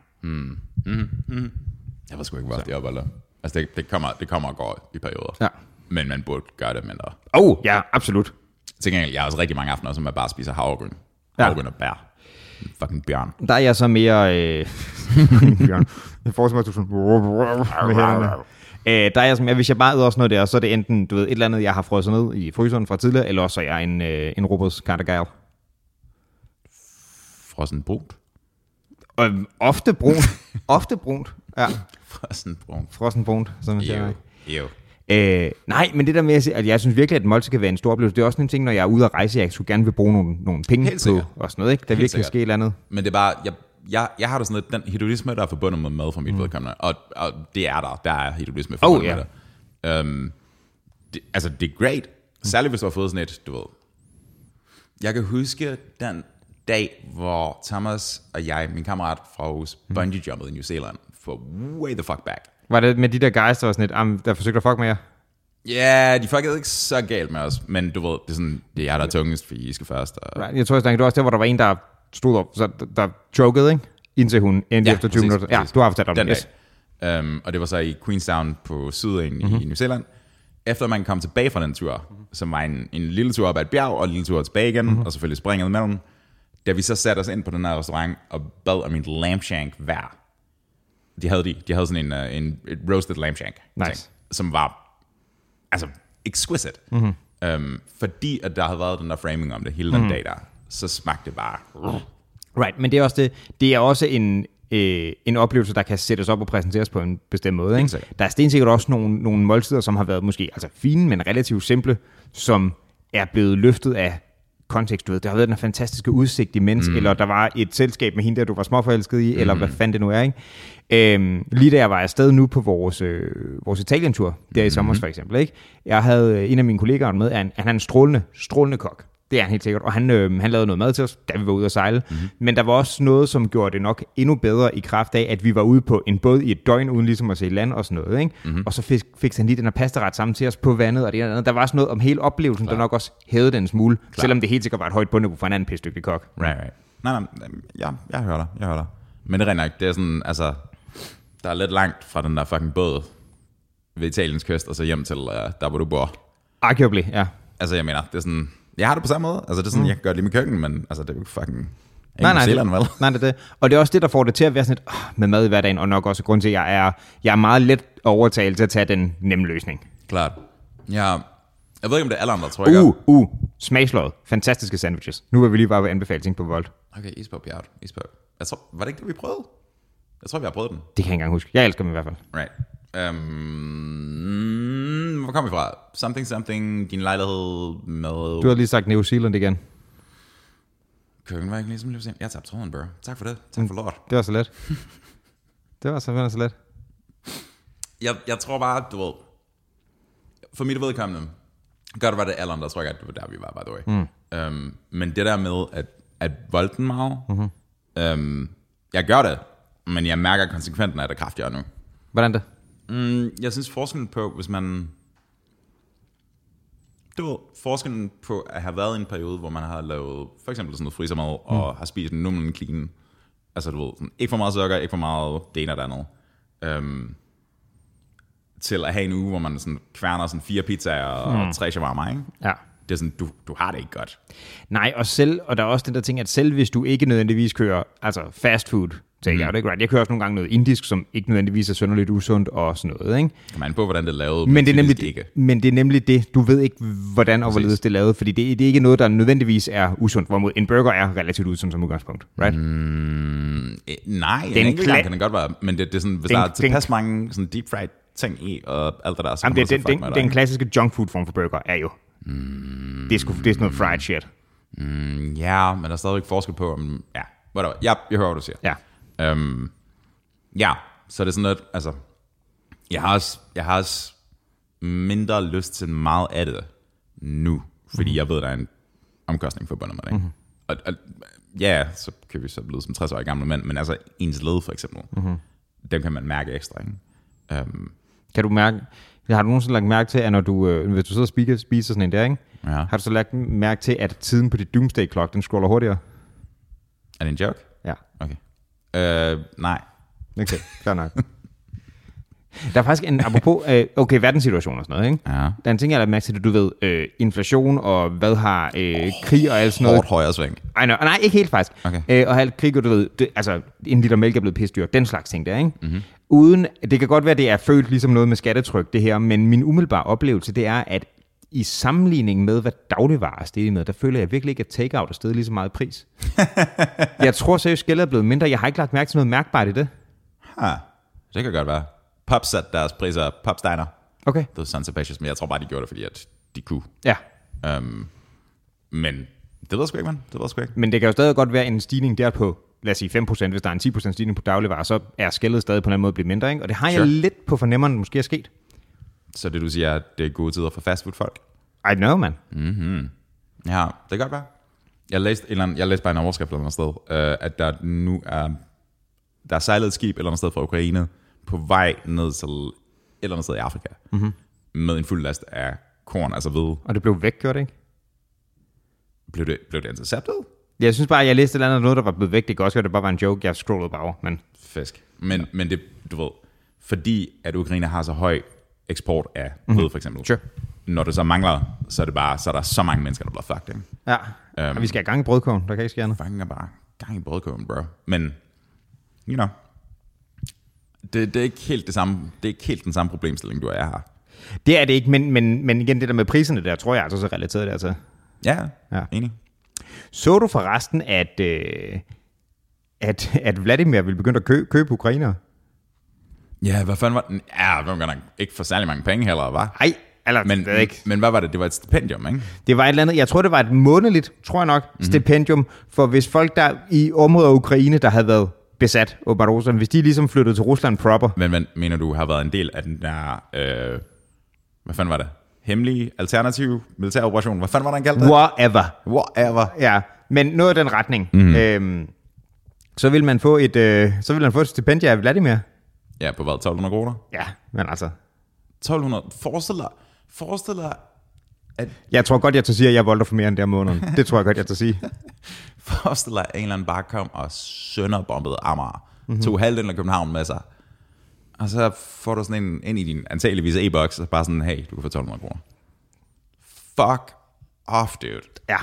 [SPEAKER 1] Jeg ved sgu ikke, hvor det er op, eller... Altså, det, det, kommer, det kommer og går i perioder.
[SPEAKER 2] Ja.
[SPEAKER 1] Men man burde gøre det mindre.
[SPEAKER 2] Oh, ja, absolut.
[SPEAKER 1] Til gengæld, jeg har også rigtig mange aftener, som jeg bare spiser havregryn.
[SPEAKER 2] Ja.
[SPEAKER 1] Havregryn og bær. En Fucking bjørn.
[SPEAKER 2] Der er jeg så mere... Øh, Bjørn. jeg forestiller mig, at du sådan... med hænderne. Øh, der er jeg som, jeg, hvis jeg bare æder sådan noget der, så er det enten du ved, et eller andet, jeg har frosset ned i fryseren fra tidligere, eller også er jeg en, øh, en robots kardegal.
[SPEAKER 1] Frossen brunt.
[SPEAKER 2] Og Øhm, ofte brunt. ofte brunt. Ja,
[SPEAKER 1] Frossen brunt.
[SPEAKER 2] frossen brunt, som man siger.
[SPEAKER 1] Jo. Jo.
[SPEAKER 2] Øh, nej, men det der med at sige, at jeg synes virkelig, at Molse kan være en stor oplevelse, det er også en ting, når jeg er ude at rejse, jeg skulle gerne vil bruge nogle, nogle penge
[SPEAKER 1] Helt
[SPEAKER 2] på
[SPEAKER 1] sikkert.
[SPEAKER 2] og sådan noget, ikke? Der
[SPEAKER 1] Helt
[SPEAKER 2] virkelig
[SPEAKER 1] sikkert.
[SPEAKER 2] kan ske et eller andet.
[SPEAKER 1] Men det er bare, jeg, jeg, jeg har da sådan lidt, den hedonisme, der er forbundet med mad for mit mm. vedkommende, og, og det er der, der er hedonisme forbundet
[SPEAKER 2] ja.
[SPEAKER 1] med det. Um, det. Altså, det er great, særligt hvis du har fået sådan et, du ved. Jeg kan huske den dag, hvor Thomas og jeg, min kammerat fra Aarhus, bungee jumpede i New Zealand, for way the fuck back.
[SPEAKER 2] Var det med de der guys, der var sådan lidt, "Am, der forsøgte at fuck med jer?
[SPEAKER 1] Ja, yeah, de fuckede ikke så galt med os, men du ved, det er sådan, det er jeg, der er tungest, fordi I skal først. Og...
[SPEAKER 2] Right. Jeg tror, jeg snakkede det var også der, hvor der var en, der stod op, så der, der chokede, ikke? Indtil hun endte ja, efter 20
[SPEAKER 1] præcis,
[SPEAKER 2] minutter. Ja,
[SPEAKER 1] præcis.
[SPEAKER 2] du har fortalt om
[SPEAKER 1] den
[SPEAKER 2] det. Yes.
[SPEAKER 1] dag. Um, og det var så i Queenstown på Sydøen
[SPEAKER 2] Mhm.
[SPEAKER 1] mm-hmm. i New Zealand. Efter man kom tilbage fra den tur, mm-hmm. som var en, en lille tur op ad et bjerg, og en lille tur tilbage igen,
[SPEAKER 2] Mhm.
[SPEAKER 1] mm-hmm. og selvfølgelig springet imellem, da vi så satte os ind på den her restaurant og bad om en lampshank hver. De havde, de, de havde sådan en, øh, en et roasted lampshank,
[SPEAKER 2] Nice.
[SPEAKER 1] som var altså exquisite.
[SPEAKER 2] Mhm.
[SPEAKER 1] Mm-hmm. Um, fordi at der havde været den der framing om det hele den mm-hmm. dag der, så smagte det bare.
[SPEAKER 2] Right, men det er også, det, det er også en, øh, en oplevelse, der kan sættes op og præsenteres på en bestemt måde. Ikke?
[SPEAKER 1] sikkert.
[SPEAKER 2] Der er stensikkert også nogle, nogle måltider, som har været måske altså fine, men relativt simple, som er blevet løftet af kontekst. Du ved, der har været den her fantastiske udsigt imens, mm. eller der var et selskab med hende, der du var småforelsket i, mm. eller hvad fanden det nu er. Ikke? Øhm, lige da jeg var afsted nu på vores, øh, vores Italien-tur, der i sommer for eksempel, ikke? jeg havde øh, en af mine kollegaer med, han, han er en strålende, strålende kok. Det er han helt sikkert. Og han, øh, han lavede noget mad til os, da vi var ude at sejle. Mm-hmm. Men der var også noget, som gjorde det nok endnu bedre i kraft af, at vi var ude på en båd i et døgn, uden ligesom at se land og sådan noget. Ikke? Mm-hmm. Og så fik, fik han lige den her pastaret sammen til os på vandet, og det ene og det andet. Der var sådan noget om hele oplevelsen, Klar. der nok også hævede den en smule. Klar. Selvom det helt sikkert var et højt bundniveau for en anden pisdygtig kok.
[SPEAKER 1] Right, right. Nej, nej, nej, ja, jeg hører dig, jeg hører dig. Men det er rent nok, det er sådan, altså, der er lidt langt fra den der fucking båd ved Italiens kyst, og så hjem til uh, der, hvor du bor.
[SPEAKER 2] Arguably, ja.
[SPEAKER 1] Altså, jeg mener, det er sådan, jeg har det på samme måde. Altså, det er sådan, mm. jeg kan godt lide mit køkken, men altså, det er jo ikke fucking... ikke New Zealand, vel?
[SPEAKER 2] det, nej, det er det. Og det er også det, der får det til at være sådan et oh, med mad i hverdagen, og nok også grund til, at jeg er, jeg er meget let overtalt til at tage den nemme løsning.
[SPEAKER 1] Klart. Ja, jeg ved ikke, om det er alle andre, tror jeg.
[SPEAKER 2] Uh, uh, smagsløget. Fantastiske sandwiches. Nu var vi lige bare ved anbefaling på Volt.
[SPEAKER 1] Okay, isbog, bjerg, isbog. Jeg tror, var det ikke det, vi prøvede? Jeg tror, vi har prøvet den.
[SPEAKER 2] Det kan jeg ikke engang huske. Jeg elsker dem i hvert fald.
[SPEAKER 1] Right. Um, hvor kom vi fra? Something, something, din lejlighed med...
[SPEAKER 2] Du har lige sagt New Zealand igen.
[SPEAKER 1] Køkken var ikke ligesom lige Jeg tabte tråden, bro. Tak for det. Tak for lort.
[SPEAKER 2] Det var så let. det var så fandme så let.
[SPEAKER 1] Jeg, jeg tror bare, du ved... For mit vedkommende, godt var det alderen, der tror jeg, at det var der, vi var, by the way. Mm. Um, men det der med, at, at volden meget... Mm-hmm. Um, jeg gør det, men jeg mærker konsekvensen af det kraftigere nu.
[SPEAKER 2] Hvordan det?
[SPEAKER 1] Mm, jeg synes forskellen på, hvis man... Det var forskellen på at have været i en periode, hvor man har lavet for eksempel sådan noget frisermad, mm. og har spist en numlen clean. Altså du ved, sådan, ikke for meget sukker, ikke for meget det ene og det andet. Øhm, til at have en uge, hvor man sådan kværner sådan fire pizzaer og mm. tre shawarma, ikke?
[SPEAKER 2] Ja.
[SPEAKER 1] Det er sådan, du, du har det ikke godt.
[SPEAKER 2] Nej, og selv, og der er også den der ting, at selv hvis du ikke nødvendigvis kører altså fast food, take mm. out, ikke right? Jeg kører også nogle gange noget indisk, som ikke nødvendigvis er synderligt usundt og sådan noget, ikke?
[SPEAKER 1] Kan man på, hvordan det er lavet,
[SPEAKER 2] Men det, er nemlig,
[SPEAKER 1] typisk ikke.
[SPEAKER 2] men det er nemlig det. Du ved ikke, hvordan og hvorledes det er lavet, fordi det, det er ikke noget, der nødvendigvis er usundt, hvorimod en burger er relativt usund som udgangspunkt, right? Mm.
[SPEAKER 1] Øh, nej, den en
[SPEAKER 2] Den
[SPEAKER 1] enkelt
[SPEAKER 2] kla-
[SPEAKER 1] gang kan det godt være, men det, det er sådan, hvis
[SPEAKER 2] Den-
[SPEAKER 1] den, der er
[SPEAKER 2] den-
[SPEAKER 1] tilpas mange sådan deep fried ting i, og alt det der, så
[SPEAKER 2] Jamen,
[SPEAKER 1] kommer
[SPEAKER 2] det, den,
[SPEAKER 1] så fuck
[SPEAKER 2] den,
[SPEAKER 1] med
[SPEAKER 2] den,
[SPEAKER 1] dig,
[SPEAKER 2] den klassiske junk food form for burger er jo. Mm. Det, er sgu, det er sådan noget fried shit.
[SPEAKER 1] ikke? Ja, men der er stadigvæk forskel på, om, ja, whatever. Ja, jeg hører, hvad du siger.
[SPEAKER 2] Ja.
[SPEAKER 1] Øhm, ja, så det er sådan noget, altså, jeg har, også, jeg har også mindre lyst til meget af det nu, fordi jeg ved, der er en omkostning forbundet med det. Ikke? Og, og, ja, så kan vi så blive som 60 år gamle mænd, men altså ens led for eksempel, dem kan man mærke ekstra. Ikke? Øhm,
[SPEAKER 2] Kan du mærke, har du nogensinde lagt mærke til, at når du, øh, hvis du sidder og spiser, spiser sådan en der, ikke?
[SPEAKER 1] Ja.
[SPEAKER 2] har du så lagt mærke til, at tiden på dit doomsday clock, den scroller hurtigere?
[SPEAKER 1] er det en joke?
[SPEAKER 2] Ja,
[SPEAKER 1] Okay. Øh, nej.
[SPEAKER 2] okay, fair nok. Der er faktisk en, apropos, øh, okay, verdenssituation og sådan noget, ikke?
[SPEAKER 1] Ja.
[SPEAKER 2] Der er en ting, jeg har lagt mærke til, det er, du ved, øh, inflation og hvad har øh, krig og alt sådan noget.
[SPEAKER 1] Hårdt højre sving.
[SPEAKER 2] Ej, nej, nej, ikke helt faktisk.
[SPEAKER 1] Okay.
[SPEAKER 2] Øh, og halvt krig, og du ved, det, altså en liter mælk er blevet pisdyr, den slags ting der, ikke?
[SPEAKER 1] Mhm.
[SPEAKER 2] Mm-hmm. Uden, det kan godt være, det er følt ligesom noget med skattetryk, det her, men min umiddelbare oplevelse, det er, at i sammenligning med, hvad dagligvarer er steget med, der føler jeg virkelig ikke, at takeout er steget lige så meget i pris. jeg tror seriøst, gældet er blevet mindre. Jeg har ikke lagt mærke til noget mærkbart i det.
[SPEAKER 1] Ah, det kan godt være. Pop satte deres priser. Popsteiner.
[SPEAKER 2] Okay.
[SPEAKER 1] The Sons of Bashes, men jeg tror bare, de gjorde det, fordi at de kunne.
[SPEAKER 2] Ja.
[SPEAKER 1] Um, men det ved jeg sgu ikke, man. Det ved jeg sgu ikke.
[SPEAKER 2] Men det kan jo stadig godt være en stigning der på, lad os sige 5%, hvis der er en 10% stigning på dagligvarer, så er skældet stadig på en eller anden måde blevet mindre, ikke? Og det har sure.
[SPEAKER 1] Sure.
[SPEAKER 2] jeg lidt på fornemmeren, måske er sket.
[SPEAKER 1] Så det, du siger, at det er gode tider for fastfood-folk?
[SPEAKER 2] I know, man.
[SPEAKER 1] Ja, det kan godt være. Jeg læste, en eller anden, jeg læste bare en overskrift eller andet sted, øh, at der nu er, der er sejlet et skib et eller andet sted fra Ukraine på vej ned til et eller andet sted i Afrika mm-hmm. med en fuld last af korn, altså ved.
[SPEAKER 2] Og det blev vækgjort, ikke?
[SPEAKER 1] Blev det, blev det interceptet?
[SPEAKER 2] Jeg synes bare, jeg læste et eller andet noget, der var blevet væk. Det kan også være, det bare var en joke. Jeg scrollede bare over, men
[SPEAKER 1] Fisk. Men, ja. men det, du ved, fordi at Ukraine har så høj eksport af mm-hmm. ved for eksempel.
[SPEAKER 2] Sure.
[SPEAKER 1] Når det så mangler, så er, det bare, så er der så mange mennesker, der bliver fucked. Ikke?
[SPEAKER 2] ja. Um, og vi skal have gang i brødkogen. Der kan ikke ske andet.
[SPEAKER 1] fucking er bare gang i brødkurven, bro. Men, you know, det, det, er ikke helt det samme, det er ikke helt den samme problemstilling, du og jeg har.
[SPEAKER 2] Det er det ikke, men, men, men igen, det der med priserne der, tror jeg altså så relateret dertil.
[SPEAKER 1] Ja,
[SPEAKER 2] Ja.
[SPEAKER 1] ja. enig.
[SPEAKER 2] Så du forresten, at, øh, at, at Vladimir ville begynde at kø, købe ukrainere?
[SPEAKER 1] Ja, hvad fanden var den? Ja, hvem godt nok ikke for særlig mange penge heller, var.
[SPEAKER 2] Nej, eller
[SPEAKER 1] Men,
[SPEAKER 2] men, det, er ikke.
[SPEAKER 1] men hvad var det? Det var et stipendium, ikke?
[SPEAKER 2] det var et eller andet, jeg tror det var et månedligt, tror jeg nok, mm-hmm. stipendium, for hvis folk der i områder af Ukraine, der havde været besat, åbenbart Rusland, hvis de ligesom flyttede til Rusland proper,
[SPEAKER 1] Men, men mener du har været en del af den der, øh, hvad fanden var det? Hemmelige, alternative, militær operation. Hvad fanden var den kaldt det?
[SPEAKER 2] whatever,
[SPEAKER 1] Whatever.
[SPEAKER 2] Ja, men noget af den retning. Mm. Øhm, så vil man få et øh, så vil man få et stipendie af Vladimir.
[SPEAKER 1] Ja, på hvad? 1200 kroner?
[SPEAKER 2] Ja, men altså,
[SPEAKER 1] 1200. Forestil dig, forestil dig, at
[SPEAKER 2] jeg tror godt, jeg tør sige, at jeg volder for mere end der måneden. Det tror jeg godt, jeg tør sige.
[SPEAKER 1] Forestil dig, at en eller anden bare kom og sønderbombede Amager. Mm-hmm. Tog halvdelen af København med sig. Og så får du sådan en ind i din antageligvis e-boks, og bare sådan, hey, du kan få 1200 kroner. Fuck off, dude.
[SPEAKER 2] Ja.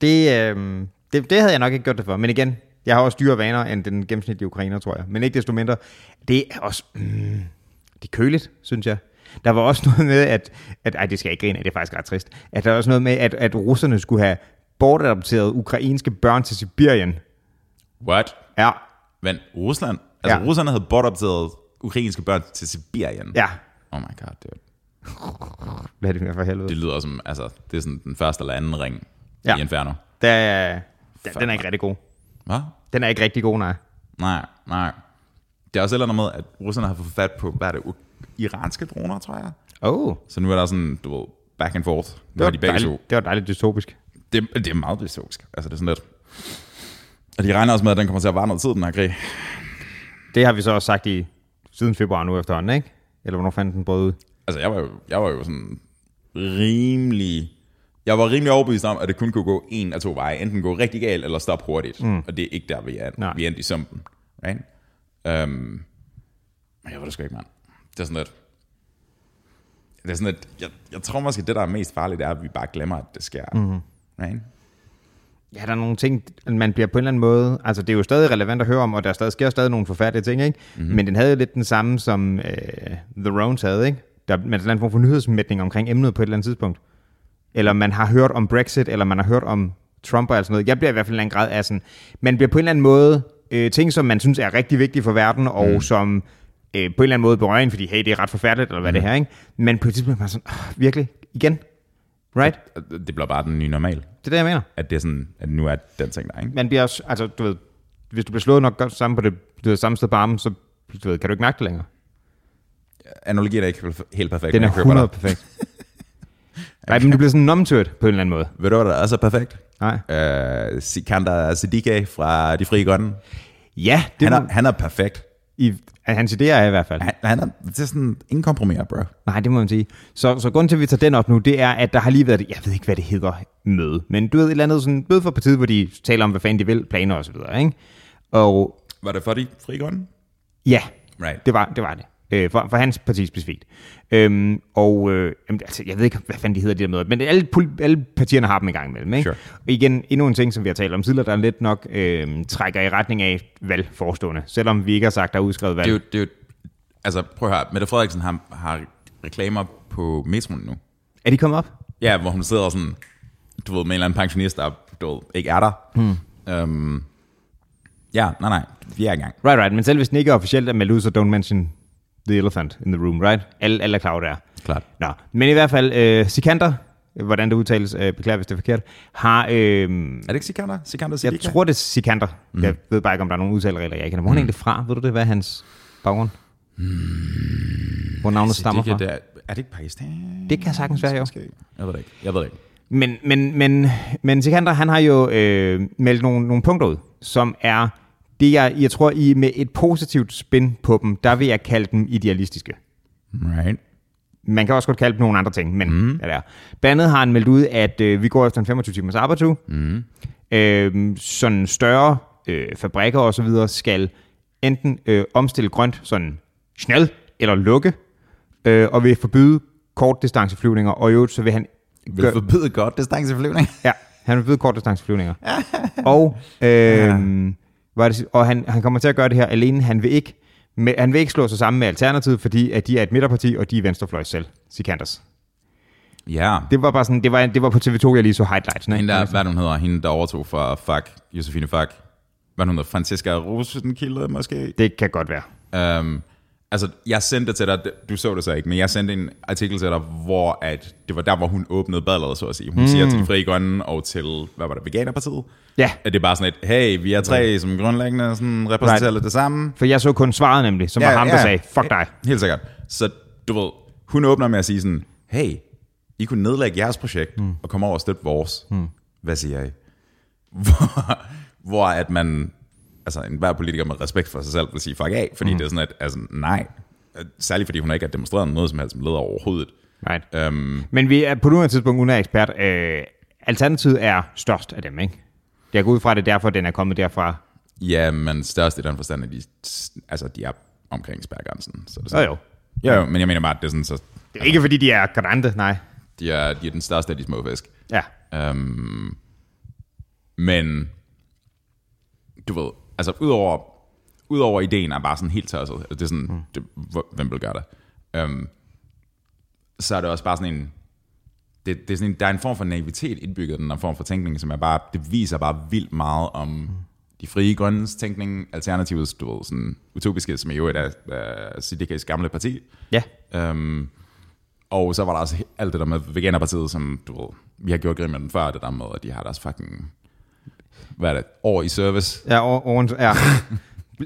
[SPEAKER 2] Det, øh, det, det havde jeg nok ikke gjort det for. Men igen, jeg har også dyre vaner end den gennemsnitlige ukrainer, tror jeg. Men ikke desto mindre, det er også... Mm, det er køligt, synes jeg. Der var også noget med, at... at ej, det skal jeg ikke grine af, det er faktisk ret trist. At der er også noget med, at, at russerne skulle have bortadopteret ukrainske børn til Sibirien.
[SPEAKER 1] What?
[SPEAKER 2] Ja,
[SPEAKER 1] Men Rusland? Altså,
[SPEAKER 2] Ja.
[SPEAKER 1] ja. russerne havde bortoptaget ukrainske børn til Sibirien.
[SPEAKER 2] ja.
[SPEAKER 1] Oh my god, dude.
[SPEAKER 2] Hvad er det mere for helvede?
[SPEAKER 1] Det lyder som, altså, det er sådan den første eller anden ring
[SPEAKER 2] Ja.
[SPEAKER 1] ja. i Inferno.
[SPEAKER 2] Der, er- den,
[SPEAKER 1] Fuck.
[SPEAKER 2] den er ikke rigtig god.
[SPEAKER 1] Hvad?
[SPEAKER 2] Den er ikke rigtig god, nej.
[SPEAKER 1] Nej, nej. Det er også et eller andet med, at russerne har fået fat på, hvad er det, u- iranske droner, tror jeg?
[SPEAKER 2] Oh, det
[SPEAKER 1] Så nu er der sådan, du ved, back and forth. Nu har de begge to.
[SPEAKER 2] dejligt, det var dejligt dystopisk.
[SPEAKER 1] Det, det er meget dystopisk. Altså, det er sådan lidt... Og de regner også med, at den kommer til at vare noget tid, den her krig.
[SPEAKER 2] Det har vi så også sagt i siden februar nu efterhånden, ikke? Eller hvornår fandt den brød ud?
[SPEAKER 1] Altså, jeg var jo, jeg var jo sådan rimelig... Jeg var rimelig overbevist om, at det kun kunne gå en af to veje. Enten gå rigtig galt, eller stoppe hurtigt. Mm. Og det er ikke der, vi er.
[SPEAKER 2] Nej.
[SPEAKER 1] Vi er endt i sumpen. Right? Um, men jeg ved det sgu ikke, mand. Det er sådan lidt... Det er sådan lidt... Jeg, jeg tror måske, det, der er mest farligt, er, at vi bare glemmer, at det sker.
[SPEAKER 2] Mhm.
[SPEAKER 1] Mm. Right?
[SPEAKER 2] Ja, der er nogle ting, man bliver på en eller anden måde... Altså, det er jo stadig relevant at høre om, og der stadig, sker stadig nogle forfærdelige ting, ikke? Mm-hmm. Men den havde jo lidt den samme, som øh, The Rounds havde, ikke? Der man en eller anden form for nyhedsmætning omkring emnet på et eller andet tidspunkt. Eller man har hørt om Brexit, eller man har hørt om Trump og alt sådan noget. Jeg bliver i hvert fald en eller anden grad af sådan... Man bliver på en eller anden måde... Øh, ting, som man synes er rigtig vigtige for verden, og mm. som øh, på en eller anden måde berører en, fordi hey, det er ret forfærdeligt, eller hvad mm. det her, ikke? Men på et tidspunkt er man sådan, "Åh, virkelig, igen? Right?
[SPEAKER 1] Og Det bliver bare den nye normal.
[SPEAKER 2] Det er det, jeg mener
[SPEAKER 1] At det er sådan... At nu er den ting der, ikke?
[SPEAKER 2] man bliver også, altså du ved, hvis du bliver slået nok godt sammen på det, du ved, samme sted på armen, så du ved, kan du ikke mærke det længere.
[SPEAKER 1] Analogien er ikke helt perfekt.
[SPEAKER 2] Den
[SPEAKER 1] men
[SPEAKER 2] er
[SPEAKER 1] jeg køber
[SPEAKER 2] 100
[SPEAKER 1] dig.
[SPEAKER 2] perfekt. Nej, men du bliver sådan numb to it, på en eller anden måde.
[SPEAKER 1] Ved du, hvad der også er perfekt?
[SPEAKER 2] Nej.
[SPEAKER 1] Øh, Sikander Siddique fra De Frie Grønne.
[SPEAKER 2] Ja, det
[SPEAKER 1] Han
[SPEAKER 2] er,
[SPEAKER 1] er, han er perfekt.
[SPEAKER 2] i, hans idéer er i hvert fald.
[SPEAKER 1] Han, han er, det er sådan ingen kompromis, bro.
[SPEAKER 2] Nej, det må man sige. Så, så grunden til, at vi tager den op nu, det er, at der har lige været, et- jeg ved ikke, hvad det hedder, møde. Men du ved, et eller andet sådan møde for partiet, hvor de taler om, hvad fanden de vil, planer og så videre, ikke? Og
[SPEAKER 1] Var det for De Frie Grønne?
[SPEAKER 2] ja,
[SPEAKER 1] Right.
[SPEAKER 2] Det var det. Var det. Øh, for, for hans parti specifikt. Øhm, og øh, jamen, altså, jeg ved ikke, hvad fanden de hedder, de der møder, men alle, pol- alle partierne har dem en gang imellem. Ikke?
[SPEAKER 1] Sure.
[SPEAKER 2] Og igen, endnu en ting, som vi har talt om tidligere, der lidt nok øh, trækker i retning af valgforstående, selvom vi ikke har sagt, der er udskrevet valg.
[SPEAKER 1] Det er jo, det er jo, altså, prøv at høre. Mette Frederiksen har, har reklamer på metroen nu.
[SPEAKER 2] Er de kommet op?
[SPEAKER 1] Ja, hvor hun sidder sådan, du ved, med en eller anden pensionist, der du ved, ikke er der. Hmm. Øhm, ja, nej, nej. Vi er i gang.
[SPEAKER 2] Right, right, men selv hvis den ikke er officielt er meldt ud, så don't mention the elephant in the room, right? Alle, alle er klar over det er.
[SPEAKER 1] Klart.
[SPEAKER 2] Nå, men i hvert fald, øh, Sikander, hvordan det udtales, øh, beklager hvis det er forkert, har, øh,
[SPEAKER 1] Er det ikke Sikander? Sikander
[SPEAKER 2] jeg
[SPEAKER 1] Siddiqa?
[SPEAKER 2] tror det er Sikander, mm. jeg ved bare ikke, om der er nogen udtaleregler, jeg ikke kender. Hvor er han
[SPEAKER 1] Mm.
[SPEAKER 2] egentlig fra? Ved du det, hvad er hans baggrund? Hvor navnet stammer fra?
[SPEAKER 1] Siddiqa, Mm. Altså, det er, er det ikke Pakistan?
[SPEAKER 2] Det kan sagtens være, jo.
[SPEAKER 1] Måske. Jeg ved det ikke. Jeg ved det ikke.
[SPEAKER 2] Men, men, men, men Sikander, han har jo øh, meldt nogle, nogle punkter ud, som er det, jeg, jeg tror, I med et positivt spin på dem, der vil jeg kalde dem idealistiske.
[SPEAKER 1] Right.
[SPEAKER 2] Man kan også godt kalde dem nogle andre ting, men mm. ja, det er. Blandt andet har han meldt ud, at øh, vi går efter en 25-timers arbejdsuge. Mm. Øh, sådan større øh, fabrikker og så videre skal enten øh, omstille grønt, sådan snel, eller lukke, øh, og vil forbyde kortdistanceflyvninger, og i øvrigt så vil han...
[SPEAKER 1] Vil
[SPEAKER 2] gøre-
[SPEAKER 1] forbyde godt distanceflyvning.
[SPEAKER 2] Ja, han vil vide kortdistanceflyvninger. og øh, var det, og han, han kommer til at gøre det her alene. Han vil ikke, med, han vil ikke slå sig sammen med Alternativet, fordi at de er et midterparti, og de er venstrefløj selv, Sikanders.
[SPEAKER 1] Ja.
[SPEAKER 2] Det var bare sådan, det var, det var på TV2, jeg lige så highlights.
[SPEAKER 1] Hende der, hvad er det, hun hedder, hende der overtog fra Fuck, Josefine Fuck. Hvad er det, hun hedder, Francesca Rosenkilde måske?
[SPEAKER 2] Det kan godt være.
[SPEAKER 1] Um, altså, jeg sendte det til dig, du så det så ikke, men jeg sendte en artikel til dig, hvor at det var der, hvor hun åbnede ballet, så at sige. Hun mm. siger til de frie grønne og til, hvad var det, Veganerpartiet?
[SPEAKER 2] Ja.
[SPEAKER 1] At det er bare sådan et, hey, vi er tre, som grundlæggende sådan, repræsenterer
[SPEAKER 2] Right.
[SPEAKER 1] right. det samme.
[SPEAKER 2] For jeg så kun svaret nemlig, som ja, var ham, der ja. sagde, fuck dig.
[SPEAKER 1] Helt sikkert. Så du ved, hun åbner med at sige sådan, hey, I kunne nedlægge jeres projekt mm. og komme over og støtte vores. Mm. Hvad siger I? Hvor, hvor at man, altså enhver politiker med respekt for sig selv vil sige fuck af, fordi mm. det er sådan, at altså, nej. Særligt fordi hun ikke har demonstreret noget som helst som leder overhovedet.
[SPEAKER 2] Right.
[SPEAKER 1] Øhm,
[SPEAKER 2] Men vi er på nuværende tidspunkt, uden at være ekspert, øh, Alternativet er størst af dem, ikke? Jeg går ud fra, at det er derfor, den er kommet derfra.
[SPEAKER 1] ja, men størst i den forstand, at de, altså, de er omkring spærgrænsen. Så det er
[SPEAKER 2] Så
[SPEAKER 1] sådan,
[SPEAKER 2] jo.
[SPEAKER 1] jo. jo, men jeg mener bare, at det er sådan, så
[SPEAKER 2] Det er ikke, fordi de er grande, nej.
[SPEAKER 1] de er, de er den største af de små fisk.
[SPEAKER 2] Ja.
[SPEAKER 1] Øhm, men du ved, altså udover, udover ideen er bare sådan helt tosset, altså, det er sådan, mm. det, hvor- hvem vil gøre det? Øhm, så er det også bare sådan en, det, det er sådan en, der er en form for naivitet indbygget i den, og en form for tænkning, som er bare, det viser bare vildt meget om de frie grønnes tænkning, alternativets, du ved, sådan utopiske, som i øvrigt er uh, Siddiqas gamle parti.
[SPEAKER 2] Ja.
[SPEAKER 1] Øhm, og så var der også alt det der med Veganerpartiet, som du ved, vi har gjort grin med den før, det der med, at de har deres fucking, hvad er det, år i service.
[SPEAKER 2] Ja, over, over en, ja.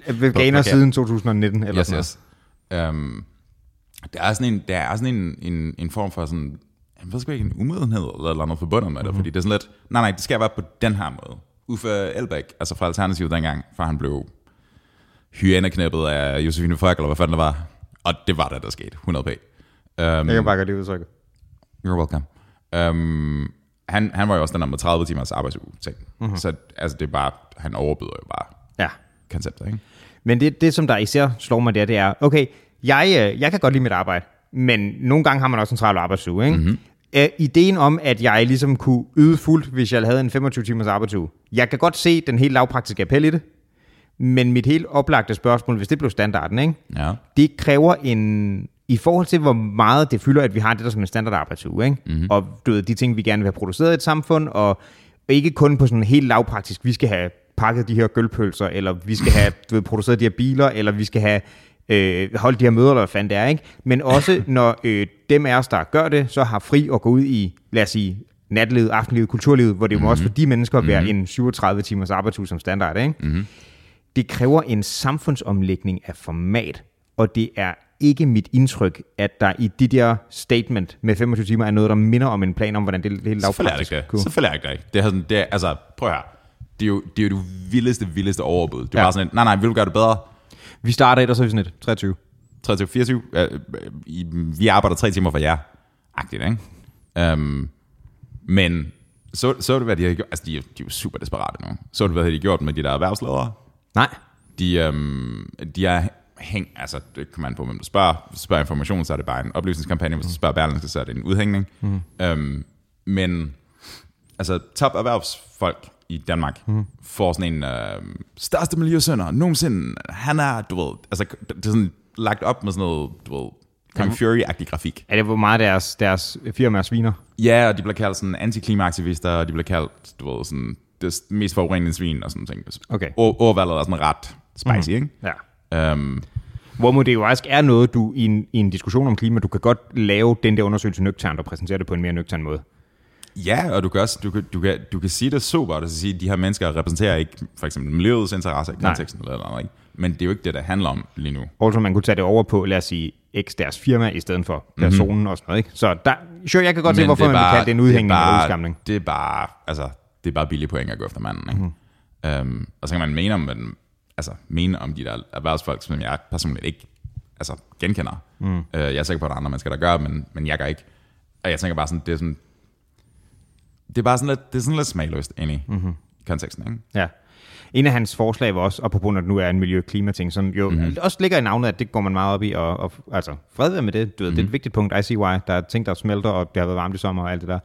[SPEAKER 2] Veganer
[SPEAKER 1] Forkert.
[SPEAKER 2] siden 2019, eller
[SPEAKER 1] Yes,
[SPEAKER 2] sådan noget.
[SPEAKER 1] yes. Øhm, der er sådan en, der er sådan en, en, en form for sådan, jeg ved sgu ikke, en umodenhed eller et eller andet forbundet med det, mm-hmm. fordi det er sådan lidt, nej, nej, det skal være på den her måde. Uffe Elbæk, altså fra Alternativet dengang, før han blev hyæneknæppet af Josefine Frøk, eller hvad fanden det var. Og det var det, der skete, 100p. Øhm,
[SPEAKER 2] Jeg kan bare godt lide udtrykket.
[SPEAKER 1] You're welcome. Um, han, han var jo også den der med 30 timers arbejdsuge ting. Mm-hmm. Så altså, det er bare, han overbyder jo bare
[SPEAKER 2] Ja.
[SPEAKER 1] konceptet, ikke?
[SPEAKER 2] Men det, det, som der især slår mig der, det er, okay, jeg, øh, jeg kan godt lide mit arbejde, men nogle gange har man også en travl arbejdsuge, ikke? Mm-hmm. Øh, ideen om, at jeg ligesom kunne yde fuldt, hvis jeg havde en 25-timers arbejdsuge. Jeg kan godt se den helt lavpraktiske appel i det, men mit helt oplagte spørgsmål, hvis det blev standarden, ikke?
[SPEAKER 1] Ja.
[SPEAKER 2] det kræver en... I forhold til, hvor meget det fylder, at vi har det der som en standard arbejdsuge, ikke? Mm-hmm. og du ved, de ting, vi gerne vil have produceret i et samfund, og, og ikke kun på sådan helt lavpraktisk, vi skal have pakket de her gølpølser, eller vi skal have du ved, produceret de her biler, eller vi skal have øh, holdt de her møder, eller hvad fanden det er, ikke? men også når øh, dem af os, der gør det, så har fri at gå ud i, lad os sige, nattelivet, aftenlivet, kulturlivet, hvor det jo mm-hmm. også for de mennesker være mm-hmm. en 37-timers arbejdsuge som standard. Ikke? Mm-hmm. Det kræver en samfundsomlægning af format, og det er ikke mit indtryk, at der i de der statement med 25 timer er noget, der minder om en plan om, hvordan det, det hele
[SPEAKER 1] Selvfølgelig er det
[SPEAKER 2] lavpraktisk
[SPEAKER 1] ikke det.
[SPEAKER 2] kunne.
[SPEAKER 1] Selvfølgelig er det ikke det. Det er sådan, det er, altså, prøv her. Det er jo det, er jo det vildeste, vildeste overbud. Det er
[SPEAKER 2] Ja.
[SPEAKER 1] ja. bare sådan en, nej, nej, vi vil gøre det bedre.
[SPEAKER 2] Vi starter et, og så er vi sådan et 23.
[SPEAKER 1] 23, 24, øh, øh, I- vi arbejder tre timer for jer. Agtigt, ikke? Um, men så, så du, hvad de har gjort? Altså, de, er- de er jo super desperate nu. Så du, hvad de har gjort med de der erhvervsledere?
[SPEAKER 2] Nej.
[SPEAKER 1] de, øhm, de er hæng, altså det kommer an på, hvem du spørger. Hvis du spørger information, så er det bare en oplysningskampagne. Hvis du spørger Berlingske, så er det en udhængning. Mm. Øhm, men altså top erhvervsfolk i Danmark mm. får sådan en øh, største miljøsønder nogensinde. Han er, du ved, altså det er sådan lagt op med sådan noget, du ved, Kong Fury-agtig grafik.
[SPEAKER 2] Er det, hvor meget deres, deres firma er sviner?
[SPEAKER 1] Ja, og de bliver kaldt sådan antiklimaaktivister, og de bliver kaldt, du ved, sådan det mest forurenende svin og sådan ting.
[SPEAKER 2] Okay.
[SPEAKER 1] Mhm. Overvalget er sådan ret spicy, mm. ikke?
[SPEAKER 2] Ja.
[SPEAKER 1] Øhm,
[SPEAKER 2] Hvorimod det jo faktisk er noget, du i en, i en diskussion om klima, du kan godt lave den der undersøgelse nøgternt og præsentere det på en mere nøgtern måde.
[SPEAKER 1] Ja, og du kan også du kan, du kan, du kan sige det sobert, og så sige, at de her mennesker repræsenterer ikke for eksempel miljøets interesser i
[SPEAKER 2] Nej.
[SPEAKER 1] konteksten eller noget, ikke? Men det er jo ikke det, der handler om lige nu.
[SPEAKER 2] Altså man kunne tage det over på, lad os sige, x deres firma i stedet for personen mm-hmm. og sådan noget. Ikke? Så der, sure, jeg kan godt se, hvorfor man bare, kan det en udhængning
[SPEAKER 1] Mhm. det er
[SPEAKER 2] og
[SPEAKER 1] bare-
[SPEAKER 2] udskamning.
[SPEAKER 1] Det er bare, altså, det er bare billige point at gå efter manden.
[SPEAKER 2] Mhm.
[SPEAKER 1] Ikke? Mm. Øhm, og så kan man mene om, men, altså, mene om de der erhvervsfolk, som jeg personligt ikke altså, genkender. Mm. Øh, jeg er sikker på, at der er andre mennesker, der gør, men, men jeg gør ikke. Og jeg tænker bare sådan, det er sådan, det er bare sådan lidt, det er sådan lidt smagløst ind i
[SPEAKER 2] Mhm.
[SPEAKER 1] mm-hmm. konteksten. Ikke?
[SPEAKER 2] Ja. En af hans forslag var også, apropos når det nu er en miljø-klimating, som jo mm-hmm. også ligger i navnet, at det går man meget op i, og, og altså, fred være med det, du ved, mm-hmm. det er et vigtigt punkt, I see why, der er ting, der smelter, og det har været varmt i sommer og alt det der.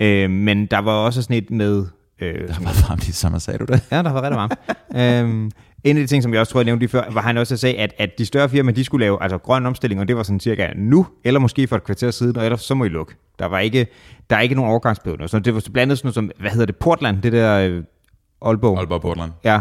[SPEAKER 2] Øh, men der var også sådan et med... Øh,
[SPEAKER 1] Det var varmt i sommer, sagde du det?
[SPEAKER 2] Ja, der har været rigtig varmt. øhm, en af de ting, som jeg også tror, jeg nævnte lige før, var han også sagde, at, at de større firmaer, de skulle lave altså, grøn omstilling, og det var sådan cirka nu, eller måske for et kvarter siden, og ellers så må I lukke. Der var ikke, der er ikke nogen overgangsperiode. Så det var blandt andet sådan noget som, hvad hedder det, Portland, det der øh, Aalborg.
[SPEAKER 1] Aalborg Portland.
[SPEAKER 2] Ja,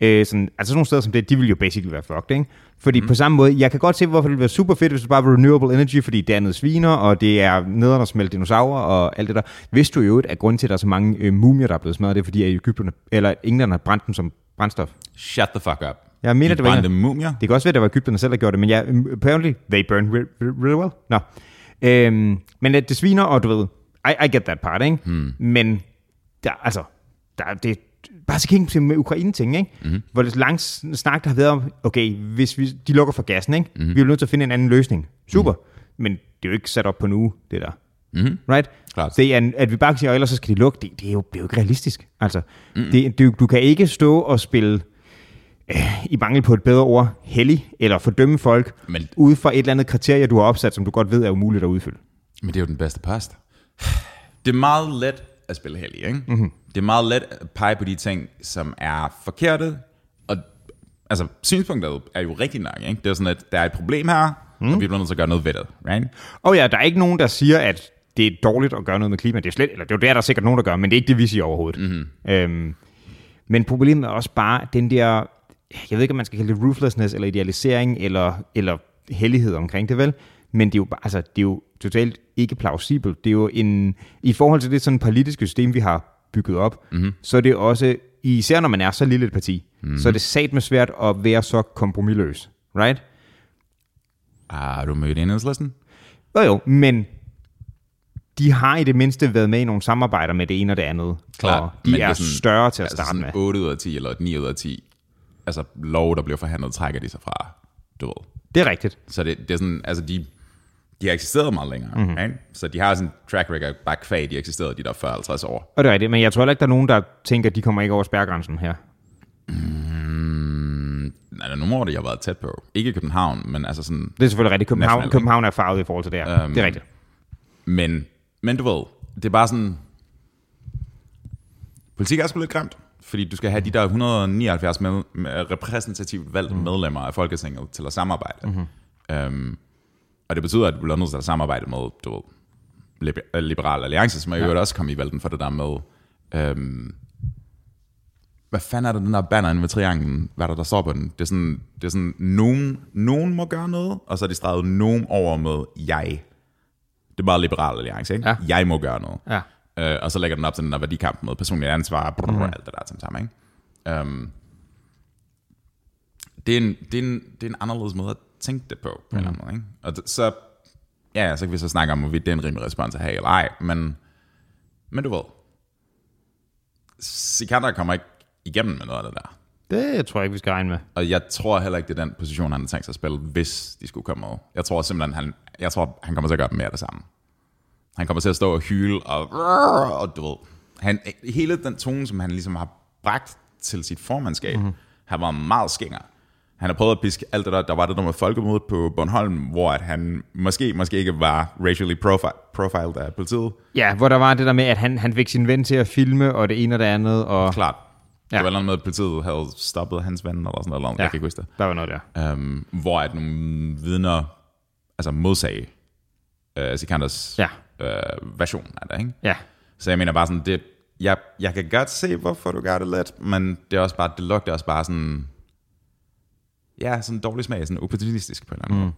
[SPEAKER 2] øh, sådan, altså sådan nogle steder som det, de vil jo basically være fucked, ikke?
[SPEAKER 1] Mhm.
[SPEAKER 2] Fordi mm. på samme måde, jeg kan godt se, hvorfor det ville være super fedt, hvis det bare var renewable energy, fordi det er noget sviner, og det er nederen at smelte dinosaurer og alt det der. Vidste du jo ikke, at grunden til, at der er så mange øh, mumier, der er blevet smadret, det er fordi, at Ægypterne, eller England har brændt dem som brændstof.
[SPEAKER 1] Shut the fuck up.
[SPEAKER 2] Jeg mener,
[SPEAKER 1] De
[SPEAKER 2] det var
[SPEAKER 1] brændte mumier.
[SPEAKER 2] Det kan også være, at det var Ægypterne selv, der gjorde det, men ja, mm, apparently, they burn re- re- really well. Nå. Øhm, men at det sviner, og du ved, I, I get that part, ikke? Mm. Men der, altså, der, det bare så kigge til med Ukraine-ting, ikke? Mm. Hvor det lang sn- snak, der har været om, okay, hvis vi, de lukker for gassen, ikke? Mm. Vi er jo nødt til at finde en anden løsning. Super. Mm. Men det er jo ikke sat op på en uge, det der. Mm. Right?
[SPEAKER 1] Mhm, Klart.
[SPEAKER 2] Det er, en- at vi bare siger, "Åh, ellers så skal de lukke, det, det, er, jo, det er jo ikke realistisk. Altså, mm. det, du, du kan ikke stå og spille øh, i mangel på et bedre ord, hellig eller fordømme folk
[SPEAKER 1] Men-
[SPEAKER 2] Men... ud fra et eller andet kriterie, du har opsat, som du godt ved er umuligt at udfylde.
[SPEAKER 1] Men det er jo den bedste post. Det er meget let at spille heldig, ikke?
[SPEAKER 2] Mhm.
[SPEAKER 1] Mm-hmm. Det er meget let at pege på de ting, som er forkerte, og altså, synspunktet er jo rigtig nok, ikke? Det er sådan, at der er et problem her,
[SPEAKER 2] Mhm.
[SPEAKER 1] mm. og vi bliver nødt til at gøre noget ved det, right?
[SPEAKER 2] Og ja, der er ikke nogen, der siger, at det er dårligt at gøre noget med klima. Det er slet, eller det er jo der, der er sikkert nogen, der gør, men det er ikke det, vi siger overhovedet. Mm-hmm. Øhm, men problemet er også bare den der, jeg ved ikke, om man skal kalde det ruthlessness, eller idealisering, eller, eller hellighed omkring det vel, men det er jo, bare, altså, det er jo totalt ikke plausibelt. Det er jo en, i forhold til det sådan politiske system, vi har bygget op, mm-hmm. så er det også, især når man er så lille et parti, mm-hmm. så er det sat med svært at være så kompromilløs, right?
[SPEAKER 1] Ah, Har du mødt enhedslisten?
[SPEAKER 2] Jo jo, men de har i det mindste været med i nogle samarbejder med det ene og det andet.
[SPEAKER 1] Klart,
[SPEAKER 2] og
[SPEAKER 1] men
[SPEAKER 2] de
[SPEAKER 1] det er
[SPEAKER 2] er
[SPEAKER 1] sådan-
[SPEAKER 2] større til at
[SPEAKER 1] Altså
[SPEAKER 2] starte
[SPEAKER 1] sådan
[SPEAKER 2] med.
[SPEAKER 1] 8 ud af 10, eller et 9 ud af 10, altså lov, der bliver forhandlet, trækker de sig fra, du ved.
[SPEAKER 2] Det er rigtigt.
[SPEAKER 1] Så det, det er sådan, altså de, de har eksisteret meget længere, mm-hmm. right? Så de har sådan en track record, bare kvæg, de eksisterede de der 40-50 år.
[SPEAKER 2] Og det er rigtigt, men jeg tror heller ikke, der er nogen, der tænker, at de kommer ikke over spærregrænsen her.
[SPEAKER 1] Nej, der er nogle år, det jeg har været tæt på. Ikke i København, men altså sådan...
[SPEAKER 2] Det er selvfølgelig rigtigt.
[SPEAKER 1] National,
[SPEAKER 2] København,
[SPEAKER 1] ikke?
[SPEAKER 2] København er farvet i forhold til det her.
[SPEAKER 1] Øhm,
[SPEAKER 2] det er rigtigt.
[SPEAKER 1] Men, men du ved, det er bare sådan... Politik er sgu lidt grimt, fordi du skal have de der 179 med, med repræsentativt valgte mm. medlemmer af Folketinget til at samarbejde. Mm-hmm. Øhm, og det betyder, at du bliver nødt til at samarbejde med, du ved, Liber- øh, Liberal Alliance, som jeg ja. også kom i valgten for det der med... Øhm, hvad fanden er det, den der banner inde ved trianglen? Hvad er der, der står på den? Det er sådan, det er sådan nogen, nogen må gøre noget, og så er de streget nogen over med jeg. Det er bare liberal alliance, ikke?
[SPEAKER 2] Ja.
[SPEAKER 1] Jeg må gøre noget.
[SPEAKER 2] Ja.
[SPEAKER 1] Øh, og så lægger den op til den der værdikamp med personligt ansvar, brrr, mm. alt det der sammen, ikke? Um, det, er en, det, er en, det er en anderledes måde at tænke det på, på en eller anden måde, ikke? Og det, så, ja, ja, så kan vi så snakke om, hvorvidt det er en rimelig respons at have eller ej, men, men du ved, Sikander kommer ikke igennem med noget af det der.
[SPEAKER 2] Det tror jeg ikke, vi skal regne med.
[SPEAKER 1] Og jeg tror heller ikke, det er den position, han har tænkt sig at spille, hvis de skulle komme over. Jeg tror simpelthen, han, jeg tror, han kommer til at gøre mere af det samme. Han kommer til at stå og hyle og, og du ved, han, hele den tone, som han ligesom har bragt til sit formandskab,
[SPEAKER 2] Mhm.
[SPEAKER 1] mm-hmm. han var meget skænger. Han har prøvet at piske alt det der, der var det der med folkemødet på Bornholm, hvor at han måske, måske ikke var racially profi- profiled af politiet.
[SPEAKER 2] Ja, hvor der var det der med, at han, han fik sin ven til at filme, og det ene og det andet, og
[SPEAKER 1] Klart. Ja.
[SPEAKER 2] Ja.
[SPEAKER 1] Det var noget med, at politiet havde stoppet hans ven, eller sådan noget, ja.
[SPEAKER 2] Ja.
[SPEAKER 1] jeg kan ikke huske det.
[SPEAKER 2] der var noget der.
[SPEAKER 1] øhm, hvor at nogle vidner altså modsagde øh, Sikanders
[SPEAKER 2] Ja.
[SPEAKER 1] øh, version af det. Ikke?
[SPEAKER 2] Ja,
[SPEAKER 1] Så jeg mener bare sådan, det, jeg, jeg kan godt se, hvorfor du gør det lidt, men det er også bare, det lugter også bare sådan, ja, sådan dårlig smag, sådan opportunistisk på en eller anden mm. måde.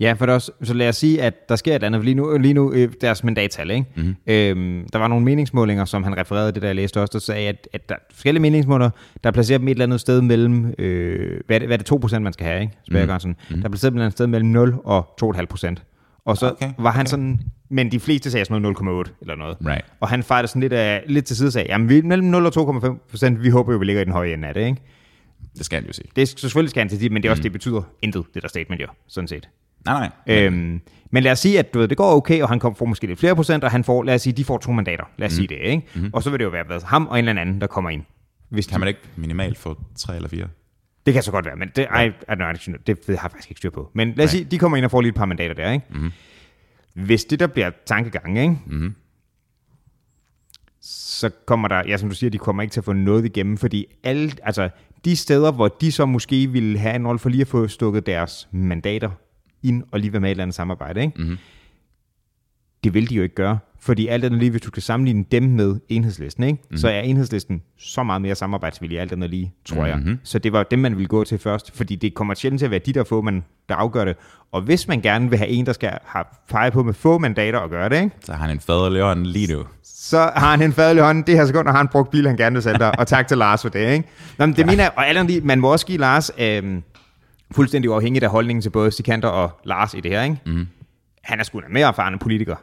[SPEAKER 2] Ja, for det er også, så lad os sige, at der sker et eller andet for lige nu, lige nu øh, deres mandattal, ikke?
[SPEAKER 1] Mhm.
[SPEAKER 2] Mm-hmm. Øhm, der var nogle meningsmålinger, som han refererede det, der jeg læste også, der sagde, at, at der er forskellige meningsmålinger, der placerer dem et eller andet sted mellem, øh, hvad, er det, hvad er det 2% man skal have, ikke?
[SPEAKER 1] Mhm.
[SPEAKER 2] Spørger mm-hmm. Der placerer dem et eller andet sted mellem 0 og 2,5%. Og så
[SPEAKER 1] Okay,
[SPEAKER 2] okay, var han
[SPEAKER 1] okay.
[SPEAKER 2] sådan, men de fleste sagde sådan noget 0,8 eller noget.
[SPEAKER 1] Right.
[SPEAKER 2] Og han fejler sådan lidt, af, lidt til side og sagde, jamen vi, er mellem 0 og 2,5%, vi håber jo, vi ligger i den høje ende af det, ikke?
[SPEAKER 1] Det skal han jo sige.
[SPEAKER 2] Det, er- selvfølgelig skal han til det, men det er
[SPEAKER 1] Mhm.
[SPEAKER 2] også, mm. det betyder intet, det der statement jo, sådan set.
[SPEAKER 1] Nej, nej.
[SPEAKER 2] Øhm, men lad os sige, at du ved, det går okay, og han kom, får måske lidt flere procent, og han får, lad os sige, de får to mandater. Lad os mm. sige det, ikke? Mm. Og så vil det jo være hvad, ham og en eller anden, der kommer ind. Hvis
[SPEAKER 1] Kan
[SPEAKER 2] de,
[SPEAKER 1] man ikke minimalt få tre eller fire?
[SPEAKER 2] det kan så godt være, men det, ej, ej, nej, det ved jeg har jeg faktisk ikke styr på. Men lad os sige, de kommer ind og får lige et par mandater der, ikke? Mm. Hvis det der bliver tankegangen, ikke? Mm. Så kommer der, ja, som du siger, de kommer ikke til at få noget igennem, fordi alle, altså, de steder, hvor de så måske ville have en rolle for lige at få stukket deres mandater ind og lige være med i et eller andet samarbejde, ikke? Mm. det vil de jo ikke gøre. Fordi alt andet lige, hvis du kan sammenligne dem med enhedslisten, ikke? Mm. så er enhedslisten så meget mere samarbejdsvillig alt andet lige, tror mm-hmm. jeg. Så det var dem, man ville gå til først, fordi det kommer sjældent til at være de der få, man, der afgør det. Og hvis man gerne vil have en, der skal have pege på med få mandater og gøre det, ikke?
[SPEAKER 1] Så har han en faderlig hånd lige nu.
[SPEAKER 2] så har han en fadelig hånd, det her sekund, og har han brugt bil, han gerne vil sælge dig, og tak til Lars for det. Ikke? Nå, men det ja. mener jeg, og alt andet lige, man må også give Lars øh, fuldstændig uafhængigt af holdningen til både Sikander og Lars i det her. Ikke? Mm. Han er sgu da mere erfaren politiker.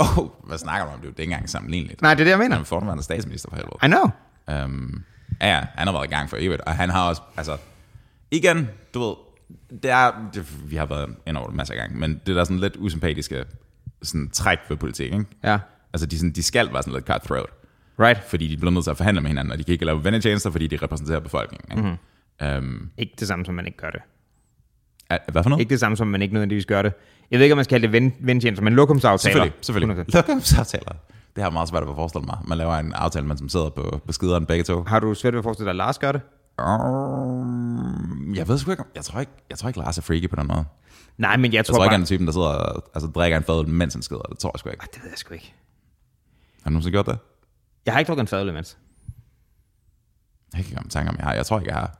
[SPEAKER 1] Åh, oh, hvad snakker du om? Det er jo ikke engang sammenligneligt.
[SPEAKER 2] Nej, det er det, jeg mener.
[SPEAKER 1] Han er fornærmende statsminister for helvede.
[SPEAKER 2] I know.
[SPEAKER 1] Øhm, ja, ja, han har været i gang for evigt, og han har også, altså, igen, du ved, det er, det, vi har været ind over det masser af gange, men det der sådan lidt usympatiske sådan, træk ved politik, ikke?
[SPEAKER 2] Ja.
[SPEAKER 1] Altså, de, sådan, de skal være sådan lidt cutthroat,
[SPEAKER 2] Right.
[SPEAKER 1] fordi de bliver nødt til at forhandle med hinanden, og de kan ikke lave vennetjenester, fordi de repræsenterer befolkningen, ikke? Mm. Øhm,
[SPEAKER 2] Ikke det samme, som man ikke gør det.
[SPEAKER 1] er, hvad for noget?
[SPEAKER 2] Ikke det samme, som man ikke nødvendigvis gør det. Jeg ved ikke, om man skal kalde det ven, ventjenester, men lokumsaftaler.
[SPEAKER 1] Selvfølgelig, selvfølgelig. Lokumsaftaler. Det har jeg meget svært ved at forestille mig. Man laver en aftale, man som sidder på, på skideren begge to.
[SPEAKER 2] Har du svært ved at forestille dig, at Lars gør det?
[SPEAKER 1] Um, jeg ved sgu ikke, om- jeg tror ikke, jeg tror ikke Lars er freaky på den måde.
[SPEAKER 2] Nej, men jeg tror,
[SPEAKER 1] Jeg tror
[SPEAKER 2] bare...
[SPEAKER 1] ikke, han er typen, der sidder og altså, drikker en fadøl, mens han skider. Det tror jeg sgu ikke.
[SPEAKER 2] Ah, Det ved jeg sgu ikke.
[SPEAKER 1] Har du nogensinde gjort det?
[SPEAKER 2] Jeg har ikke drukket en fadøl imens.
[SPEAKER 1] Jeg kan ikke komme i tanke om, jeg har. Jeg tror ikke, jeg har.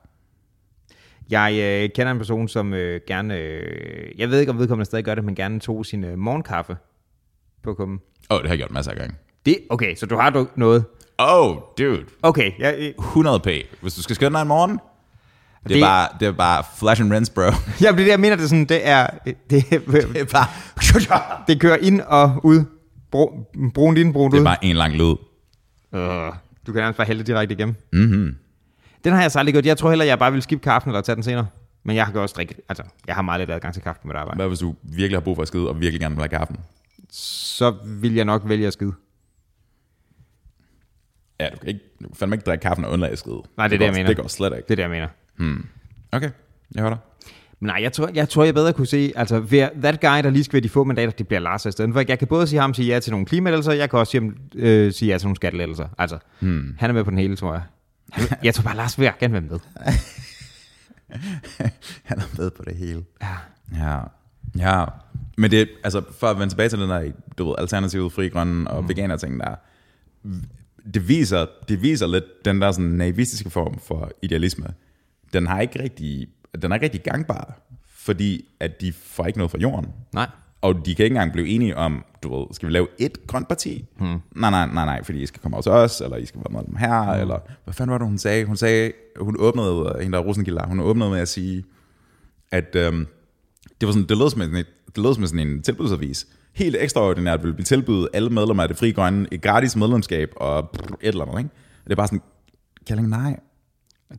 [SPEAKER 2] Jeg øh, kender en person, som øh, gerne... Øh, jeg ved ikke, om vedkommende stadig gør det, men gerne tog sin øh, morgenkaffe på kummen.
[SPEAKER 1] Åh, oh, det har jeg gjort masser af gange.
[SPEAKER 2] Det, okay, så du har drukket noget.
[SPEAKER 1] Oh, dude.
[SPEAKER 2] Okay, jeg, øh,
[SPEAKER 1] 100p. Hvis du skal skynde dig i morgen, det, det,
[SPEAKER 2] Det-
[SPEAKER 1] er bare, det er bare flash and rinse, bro.
[SPEAKER 2] jeg, det, jeg mener, det er sådan, det er... øh, Det,
[SPEAKER 1] Det er bare,
[SPEAKER 2] det kører ind og ud. Bro, brunt ind, brunt
[SPEAKER 1] det er
[SPEAKER 2] ud.
[SPEAKER 1] bare en lang lyd.
[SPEAKER 2] Uh, du kan nærmest bare hælde det direkte igennem. Mm-hmm. Den har jeg så aldrig gjort. Jeg tror heller, jeg bare vil skifte kaffen eller tage den senere. Men jeg har også drikke. Altså, jeg har meget lidt adgang til kaffe på mit arbejde.
[SPEAKER 1] Hvad hvis du virkelig har brug for at skide, og virkelig gerne vil have kaffen?
[SPEAKER 2] Så vil jeg nok vælge at skide.
[SPEAKER 1] Ja, du kan, ikke, du kan fandme ikke drikke kaffen og undlade at skide.
[SPEAKER 2] Nej, det er det,
[SPEAKER 1] går-
[SPEAKER 2] jeg mener.
[SPEAKER 1] Det går slet ikke.
[SPEAKER 2] Det er det, jeg mener.
[SPEAKER 1] Okay, jeg hører dig.
[SPEAKER 2] Men nej, jeg tror, jeg tror, jeg bedre kunne se, altså, ved- that guy, der lige skal være de få mandater, det bliver Lars i stedet for. Jeg kan både sige ham sige ja til nogle klimalettelser, jeg kan også sige, ham, øh, sige ja til nogle skattelettelser. Altså, hmm. han er med på den hele, tror jeg. Han- Jeg tror bare, Lars vil gerne være med.
[SPEAKER 1] Han er med på det hele. Ja. Ja. Men det, altså, for at vende tilbage til den der, du ved, alternativet, fri, grønne og mm. veganer ting der, det viser, det viser lidt den der sådan naivistiske form for idealisme. Den har ikke rigtig, den er ikke rigtig gangbar, fordi at de får ikke noget fra jorden.
[SPEAKER 2] Nej.
[SPEAKER 1] Og de kan ikke engang blive enige om, du ved, skal vi lave et grønt parti? Hmm. Nej, nej, nej, nej, fordi I skal komme over til os, eller I skal være med dem her, hmm. eller hvad fanden var det, hun sagde? Hun sagde, hun åbnede, øh, hende der er Rosenkilde, hun åbnede med at sige, at øhm, det var sådan, det lød som en, det lød som sådan en tilbudsavis. Helt ekstraordinært ville vi tilbyde alle medlemmer af det frie grønne et gratis medlemskab og brr, et eller andet, ikke? Og det er bare sådan, Kælling, nej,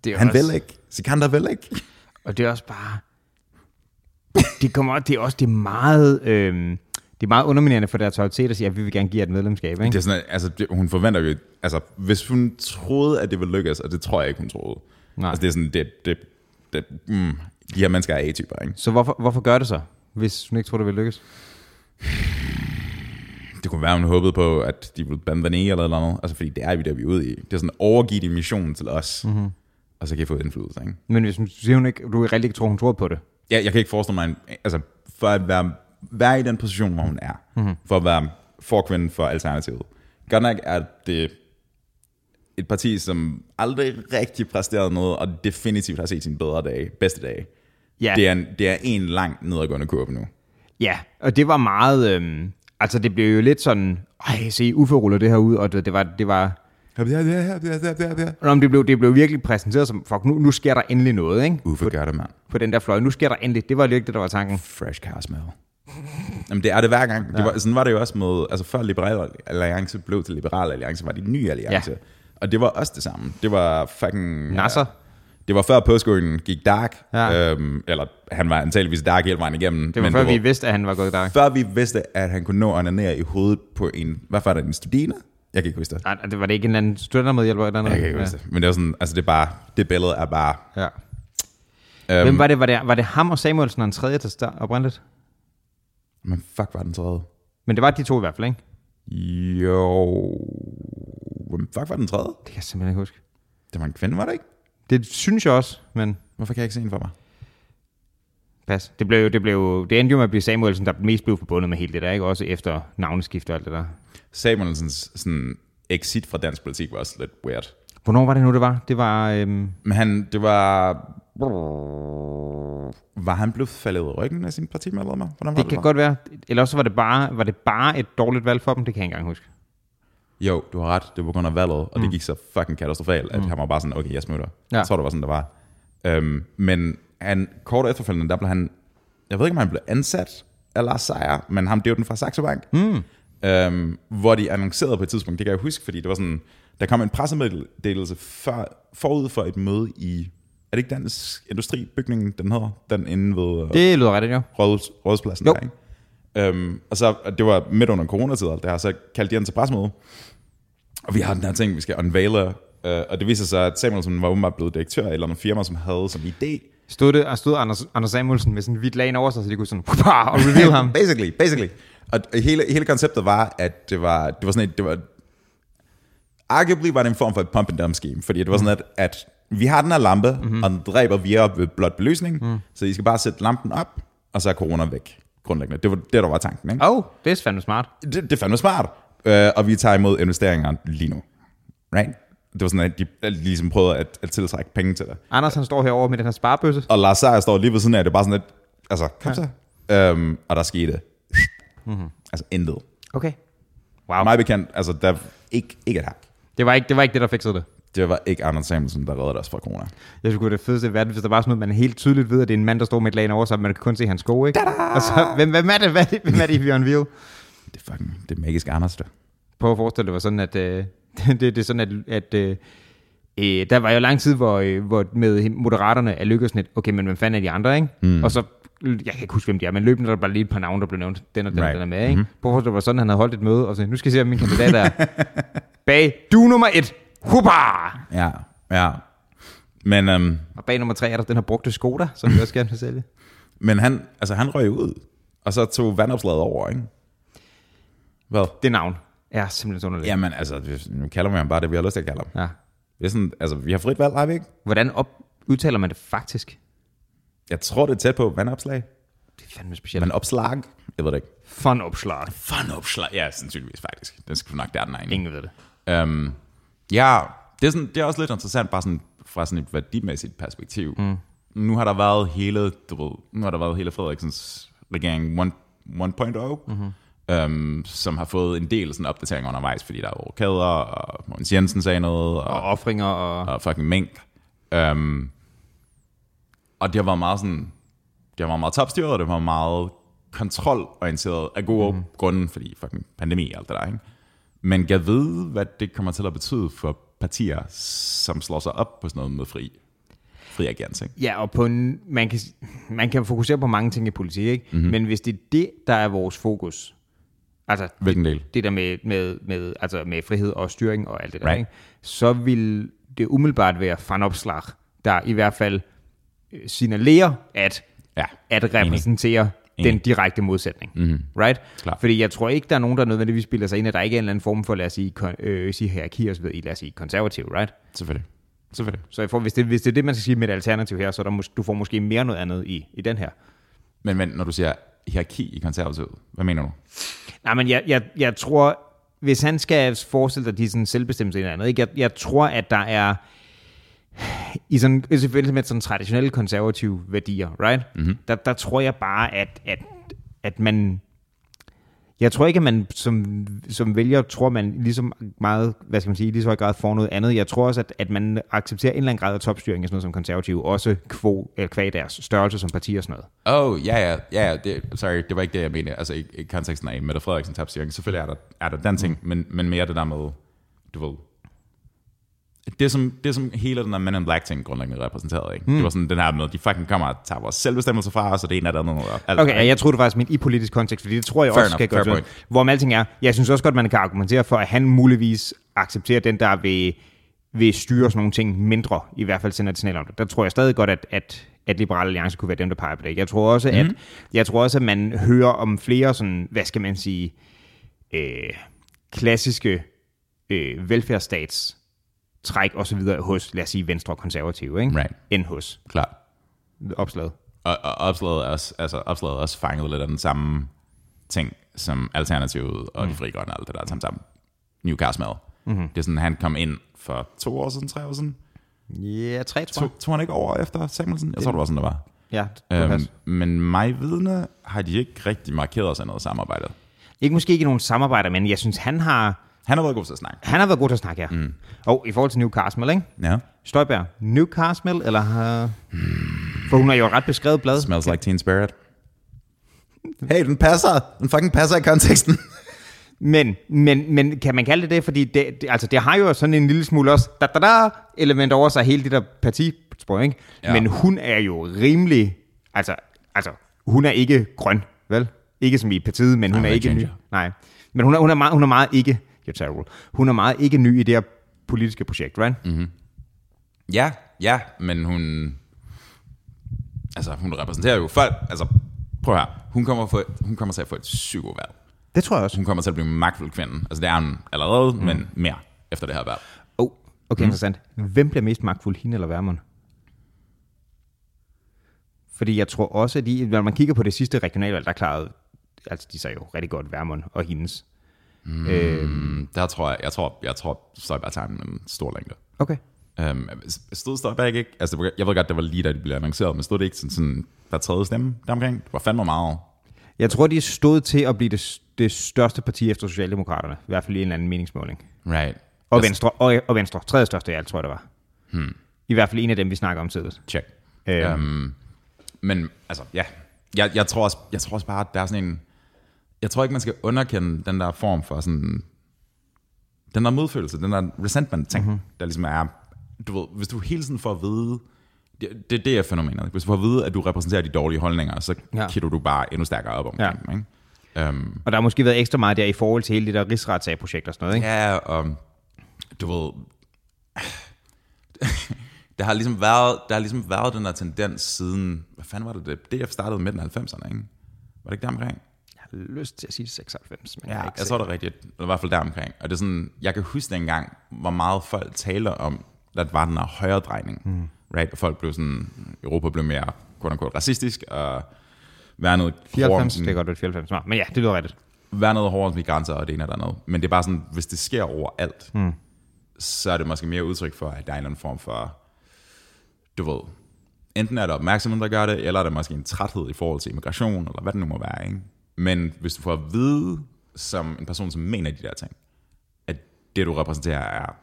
[SPEAKER 2] Det er
[SPEAKER 1] han
[SPEAKER 2] også-
[SPEAKER 1] vil ikke. Sikander vil ikke.
[SPEAKER 2] Og det er også bare... Det, kommer, det er også det er meget... Øh, det er meget underminerende for deres autoritet at sige, at vi vil gerne give jer et medlemskab. Ikke?
[SPEAKER 1] Det
[SPEAKER 2] Det,
[SPEAKER 1] er sådan, at- altså, det, hun forventer jo, altså, hvis hun troede, at det ville lykkes, og det tror jeg ikke, hun troede.
[SPEAKER 2] Nej.
[SPEAKER 1] Altså, det er sådan, det, det, det mm, de her mennesker er A-typer, ikke?
[SPEAKER 2] så hvorfor, hvorfor gør det så, hvis hun ikke tror, det vil lykkes?
[SPEAKER 1] Det kunne være, hun håbede på, at de ville bande den ene eller noget andet. Altså, fordi det er vi der, vi er ude i. Det er sådan, overgive din mission til os, mm-hmm. og så kan I få indflydelse, ikke?
[SPEAKER 2] Men hvis hun siger, hun ikke, du rigtig ikke tror, hun tror på det.
[SPEAKER 1] Jeg, jeg kan ikke forestille mig, en, altså, for at være, være i den position, hvor hun er,
[SPEAKER 2] Mhm.
[SPEAKER 1] mm-hmm. for at være forkvinden for Alternativet. Godt nok er det et parti, som aldrig rigtig præsterede noget, og definitivt har set sine bedre dage, bedste dage.
[SPEAKER 2] Ja.
[SPEAKER 1] Det, er en, det er en lang nedadgående kurve nu.
[SPEAKER 2] Ja, og det var meget... Øhm, altså, det blev jo lidt sådan... Ej, se, UFO ruller det her ud, og det, det var... Det var Nå, men det blev, det blev virkelig præsenteret som, fuck, nu, nu sker der endelig noget, ikke?
[SPEAKER 1] Uffe gør det, mand.
[SPEAKER 2] På den der fløj. Nu sker der endelig. Det var jo ikke det, der var tanken.
[SPEAKER 1] Fresh car smell. Jamen, det er det hver gang. Det var, sådan var det jo også med, altså før Liberal Alliance blev til Liberal Alliance, var det en ny alliance.
[SPEAKER 2] Ja.
[SPEAKER 1] Ja. Og det var også det samme. Det var fucking...
[SPEAKER 2] Nasser.
[SPEAKER 1] Det var før påskøen gik dark.
[SPEAKER 2] Ja.
[SPEAKER 1] Ja. Øhm, eller han var antageligvis dark hele vejen igennem.
[SPEAKER 2] Det var
[SPEAKER 1] men
[SPEAKER 2] før vi vidste, at han var gået i dark.
[SPEAKER 1] før vi vidste, at han kunne nå at onanere i hovedet på en... Hvad var det, en studiner? Jeg kan ikke huske det.
[SPEAKER 2] Nej, det var det ikke en eller anden studentermedhjælper eller noget?
[SPEAKER 1] Jeg kan ikke huske det. Men det er sådan, altså det er bare, det billede er bare...
[SPEAKER 2] Ja.
[SPEAKER 1] Øhm,
[SPEAKER 2] Hvem var det? Var det, var det ham og Samuelsen og en tredje til start oprindeligt?
[SPEAKER 1] Men fuck, var den tredje?
[SPEAKER 2] Men det var de to i hvert fald, ikke?
[SPEAKER 1] Jo... Hvem fuck var den tredje?
[SPEAKER 2] Det kan jeg simpelthen ikke huske.
[SPEAKER 1] Det var en kvinde, var det ikke?
[SPEAKER 2] Det synes jeg også, men
[SPEAKER 1] Hvorfor kan jeg ikke se en for mig?
[SPEAKER 2] pas. Det, blev, jo- det, blev, jo- det endte jo med at blive Samuelsen, der mest blev forbundet med hele det der, ikke? Også efter navneskift og alt det der.
[SPEAKER 1] Samuelsens sådan, exit fra dansk politik var også lidt weird.
[SPEAKER 2] Hvornår var det nu, det var? Det var... Øhm,
[SPEAKER 1] Men han, det var... Var han blevet faldet ud af ryggen af sin partimedlemmer? Hvordan var
[SPEAKER 2] det
[SPEAKER 1] det,
[SPEAKER 2] kan
[SPEAKER 1] var?
[SPEAKER 2] godt være. Eller også var det, bare, var det bare et dårligt valg for dem. Det kan jeg ikke engang huske.
[SPEAKER 1] Jo, du har ret. Det var på grund af valget, og mm. det gik så fucking katastrofalt, at mm. han var bare sådan, okay, jeg smutter.
[SPEAKER 2] Ja.
[SPEAKER 1] Ja. Jeg tror, det var sådan, det var. Øhm, men han, kort efterfølgende, der blev han, jeg ved ikke, om han blev ansat af Lars Seier, men ham, det var den fra Saxo Bank, mm. øhm, hvor de annoncerede på et tidspunkt, det kan jeg huske, fordi det var sådan, der kom en pressemeddelelse før, forud for et møde i, er det ikke Dansk Industribygningen, den hedder? Den inde ved... øh,
[SPEAKER 2] Det lyder rigtigt, jo.
[SPEAKER 1] rådhus, rådhuspladsen
[SPEAKER 2] Jo.
[SPEAKER 1] der, ikke? Øhm, og så, og det var midt under coronatid, og alt det her, så kaldte de ind til pressemøde. Og vi har den her ting, vi skal unveile, øh, og det viser sig, at Samuelsen var åbenbart blevet direktør i et eller andet firma, som havde som idé.
[SPEAKER 2] Stod, det, og stod Anders, Anders Samuelsen med sådan en hvidt lag over sig, så de kunne sådan... Og reveal ham.
[SPEAKER 1] basically, basically. Og hele, hele konceptet var, at det var, det var sådan et, det var, arguably var det en form for et pump and dump scheme, fordi det var sådan, at, at vi har den her lampe,
[SPEAKER 2] Mhm.
[SPEAKER 1] mm-hmm. og den dræber via op ved blot belysning, mm. så I skal bare sætte lampen op, og så er corona væk, grundlæggende. Det var det, der var tanken, ikke?
[SPEAKER 2] Åh, oh, det er fandme smart.
[SPEAKER 1] det, det er fandme smart. Øh, og vi tager imod investeringer lige nu. Right? Det var sådan, at de at de ligesom prøvede at, at tiltrække penge til det.
[SPEAKER 2] Anders, han står herovre med den her sparebøsse.
[SPEAKER 1] Og Lars Seier står lige ved siden af, det er bare sådan lidt, altså, kom så. Øhm, og der skete mm-hmm. altså intet.
[SPEAKER 2] Okay. Wow.
[SPEAKER 1] Og mig bekendt, altså, der ikke, ikke et hak.
[SPEAKER 2] Det var ikke det, var ikke det der fikserede det.
[SPEAKER 1] Det var ikke Anders Samuelsen, der reddede os fra corona.
[SPEAKER 2] Jeg skulle det fedeste i verden, hvis der var sådan noget, man helt tydeligt ved, at det er en mand, der står med et lag over sig, men man kan kun se hans sko, ikke? Og så, hvem, hvem er det, hvem er det, hvem er det, vi unveil?
[SPEAKER 1] Det er fucking, det er magisk Anders, der.
[SPEAKER 2] Prøv at forestille dig, det var sådan, at, øh, det, det, er sådan, at, at øh, øh, der var jo lang tid, hvor, øh, hvor med moderaterne er lykkedes lidt, okay, men hvem fanden er de andre, ikke? Mm. Og så, jeg kan ikke huske, hvem de er, men løbende er der bare lige et par navne, der blev nævnt, den og den, right.
[SPEAKER 1] Right.
[SPEAKER 2] Mm-hmm. den er med, ikke? Prøv at forestille dig, det var sådan, at han havde holdt et møde, og så nu skal jeg se, om min kandidat er bag du nummer et, huppa!
[SPEAKER 1] Ja, ja. Men, øhm,
[SPEAKER 2] Og bag nummer tre er der den her brugte Skoda, som vi også gerne vil sælge.
[SPEAKER 1] men han, altså, han røg ud, og så tog vandopslaget over, ikke? Hvad?
[SPEAKER 2] Det navn er simpelthen så underligt.
[SPEAKER 1] Jamen, altså, det- nu kalder vi ham bare det, vi har lyst til at kalde ham.
[SPEAKER 2] Ja.
[SPEAKER 1] Det er sådan, altså, vi har frit valg, har vi ikke?
[SPEAKER 2] Hvordan op, udtaler man det faktisk?
[SPEAKER 1] Jeg tror, det er tæt på vandopslag.
[SPEAKER 2] Det er fandme specielt.
[SPEAKER 1] Men opslag? Jeg ved det ikke.
[SPEAKER 2] Fun opslag.
[SPEAKER 1] Vandopslag? Ja, sandsynligvis faktisk. Den skal du nok der, den egen.
[SPEAKER 2] Ingen ved det.
[SPEAKER 1] Øhm, ja, det er, sådan, det er også lidt interessant, bare sådan, fra sådan et værdimæssigt perspektiv. Mm. Nu har der været hele, du ved, nu har der været hele Frederiksens regering 1 1.0, mm-hmm. øhm, som har fået en del sådan opdateringer undervejs, fordi der er orkader, og Mogens Jensen sagde noget, og
[SPEAKER 2] Og offringer og...
[SPEAKER 1] og fucking mink. Um, og det har været meget sådan, det har været meget topstyret, og det var meget kontrolorienteret af gode mm. grunde, fordi fucking pandemi og alt det der, ikke? Men jeg ved, hvad det kommer til at betyde for partier, som slår sig op på sådan noget med fri, fri agens, ikke?
[SPEAKER 2] Ja, og på en, man, kan, man kan fokusere på mange ting i politik, ikke? Mm-hmm. men hvis det er det, der er vores fokus, altså
[SPEAKER 1] Hvilken del?
[SPEAKER 2] det der med, med, med, altså med frihed og styring og alt det der, right.
[SPEAKER 1] Right.
[SPEAKER 2] ikke? så vil det umiddelbart være fanopslag, der i hvert fald øh, signalerer, at
[SPEAKER 1] Ja,
[SPEAKER 2] at repræsentere
[SPEAKER 1] Enig. Mhm.
[SPEAKER 2] den direkte modsætning. Mm-hmm. Right?
[SPEAKER 1] Klart.
[SPEAKER 2] Fordi jeg tror ikke, der er nogen, der nødvendigvis bilder sig ind, at der ikke er en eller anden form for, lad os sige, kon- øh, sige hierarki og så videre, i, lad os sige konservativ, right?
[SPEAKER 1] selvfølgelig. Selvfølgelig.
[SPEAKER 2] Så jeg får, hvis, det, hvis det er det, man skal sige med et alternativ her, så er der mås- du får måske mere noget andet i, i den her.
[SPEAKER 1] Men, men når du siger hierarki i konservativet, hvad mener du?
[SPEAKER 2] Nej, men jeg, jeg, jeg tror, hvis han skal forestille dig, at de er sådan selvbestemte eller andet, ikke? Jeg, jeg tror, at der er... i, sådan, i forbindelse med sådan traditionelle konservative værdier, right? Mm-hmm. Der, der tror jeg bare, at, at, at man... Jeg tror ikke, at man som, som vælger, tror man ligesom meget, hvad skal man sige, i lige så høj grad får noget andet. Jeg tror også, at, at man accepterer en eller anden grad af topstyring af sådan noget som konservative, også kvo, eller kvæg deres størrelse som parti og sådan noget.
[SPEAKER 1] Oh, ja, ja, ja, ja, det, sorry, det var ikke det, jeg mente. Altså, i, i konteksten af Mette Frederiksen tabstyring, selvfølgelig er der, er der den ting, mm. men, men mere det der med, du ved, det som, det som hele den der Men in Black ting grundlæggende repræsenterede, ikke? Mm. Det var sådan den her med, de fucking kommer og tager vores selvbestemmelse fra os, og det ene og det andet. Og alt,
[SPEAKER 2] Okay, ja, jeg tror det faktisk min i politisk kontekst, fordi det tror jeg
[SPEAKER 1] Fair
[SPEAKER 2] fair også
[SPEAKER 1] enough, fair
[SPEAKER 2] enough, kan gøre
[SPEAKER 1] point.
[SPEAKER 2] Hvor med alting er, jeg synes også godt, man kan argumentere for, at han muligvis accepterer den, der vil, vil styre sådan nogle ting mindre, i hvert fald sender et signal om det. Der tror jeg stadig godt, at, at at Liberale Alliance kunne være dem, der peger på det. Jeg tror også, mm.
[SPEAKER 1] Mhm.
[SPEAKER 2] at, jeg tror også, at man hører om flere sådan, hvad skal man sige, øh, klassiske øh, velfærdsstats træk og så videre hos, lad os sige, venstre og konservative, ikke?
[SPEAKER 1] Right.
[SPEAKER 2] end hos
[SPEAKER 1] Klart.
[SPEAKER 2] opslaget.
[SPEAKER 1] Og, og opslaget, er også, altså, opslaget er også fanget lidt af den samme ting, som Alternativet og mm. de frie grønne og alt det der sammen sammen. New Carsmad. Mm-hmm. Det er sådan, han kom ind for to år siden, tre år siden.
[SPEAKER 2] Ja, tre, tror
[SPEAKER 1] Tog, tog han ikke over efter Samuelsen? Jeg tror, det var sådan, det var.
[SPEAKER 2] Ja, det øhm,
[SPEAKER 1] Øhm, men mig vidne har de ikke rigtig markeret sig noget samarbejde.
[SPEAKER 2] Ikke måske ikke nogen samarbejder, men jeg synes, han har,
[SPEAKER 1] Han har været god til at snakke.
[SPEAKER 2] han har været god til at snakke her. Mm. Og i forhold til New Carsmell, ikke?
[SPEAKER 1] Ja.
[SPEAKER 2] Støjberg, New Carsmell, eller... Uh, for hun har jo et ret beskrevet blad.
[SPEAKER 1] Smells like teen spirit. Hey, den passer. Den fucking passer i konteksten.
[SPEAKER 2] Men, men, men kan man kalde det det? Fordi det, det, altså, det har jo sådan en lille smule også da, da, da, element over sig, hele det der partispor, ikke?
[SPEAKER 1] Ja.
[SPEAKER 2] Ja. Men hun er jo rimelig... Altså, altså, hun er ikke grøn, vel? Ikke som i partiet, men hun
[SPEAKER 1] hun
[SPEAKER 2] er
[SPEAKER 1] er
[SPEAKER 2] ikke ny.
[SPEAKER 1] ginger.
[SPEAKER 2] Nej, men hun er, hun er, meget, hun er meget ikke... You're terrible. Hun er meget ikke ny i det her politiske projekt, right? Mm.
[SPEAKER 1] ja, ja, men hun... Altså, hun repræsenterer jo folk. Altså, prøv her. Hun kommer, få, hun kommer til at få et psykovalg.
[SPEAKER 2] Det tror jeg også.
[SPEAKER 1] Hun kommer til at blive en magtfuld kvinde. Altså, det er hun allerede, mm. men mere efter det her valg.
[SPEAKER 2] Oh, okay, mm. interessant. Hvem bliver mest magtfuld, hende eller Værmund? Fordi jeg tror også, at de, når man kigger på det sidste regionalvalg, der klarede, altså de sagde jo rigtig godt Værmund og hendes. Mm. Øh,
[SPEAKER 1] Mm, der tror jeg, jeg tror, jeg tror, Støjberg tager den med en stor længde.
[SPEAKER 2] okay.
[SPEAKER 1] Øhm, stod Støjberg ikke, altså jeg ved godt, det var lige da det blev annonceret, men stod det ikke sådan, sådan hver tredje stemme deromkring? Det var fandme meget.
[SPEAKER 2] Jeg tror, de stod til at blive det, det største parti efter Socialdemokraterne, i hvert fald i en eller anden meningsmåling.
[SPEAKER 1] Right.
[SPEAKER 2] Og
[SPEAKER 1] Altså,
[SPEAKER 2] Venstre, og, og Venstre, tredje største i alt, tror jeg, det var. Hmm. I hvert fald en af dem, vi snakker om tidligere.
[SPEAKER 1] Check.
[SPEAKER 2] Øh,
[SPEAKER 1] Øhm, men altså, ja. Jeg, jeg, tror også, jeg tror også bare, at der er sådan en... Jeg tror ikke, man skal underkende den der form for sådan... Den der modfølelse, den der resentment-ting, mm-hmm. der ligesom er... Du ved, hvis du hele tiden får at vide... Det, det, det er fænomenet. ikke? Hvis du får at vide, at du repræsenterer de dårlige holdninger, så ja.
[SPEAKER 2] Ja.
[SPEAKER 1] kigger du bare endnu stærkere op om
[SPEAKER 2] Ja.
[SPEAKER 1] ja. dem, ikke? Øhm,
[SPEAKER 2] Og der har måske været ekstra meget der i forhold til hele det der rigsretssagprojekt og sådan noget, ikke?
[SPEAKER 1] Ja, og du ved... Der har, ligesom været, der har ligesom været den der tendens siden... Hvad fanden var det, det? DF startede midten af 90'erne, ikke? Var det ikke deromkring?
[SPEAKER 2] Jeg har lyst til at sige 96, men
[SPEAKER 1] Ja, jeg tror det er rigtigt. Eller i hvert fald deromkring. Og det er sådan, jeg kan huske dengang, hvor meget folk taler om, at der var den her højre drejning. Mm. Right? Og folk blev sådan, Europa blev mere, quote unquote, racistisk, og være noget
[SPEAKER 2] 94, det kan godt være 94 smart. Men ja, det lyder rigtigt.
[SPEAKER 1] være noget hårdere end grænser og det ene og det andet. Men det er bare sådan, hvis det sker overalt, mm. så er det måske mere udtryk for, at der er en eller anden form for, du ved, enten er det opmærksomheden, der gør det, eller er det måske en træthed i forhold til immigration, eller hvad det nu må være. Ikke? Men hvis du får at vide, som en person, som mener de der ting, at det, du repræsenterer, er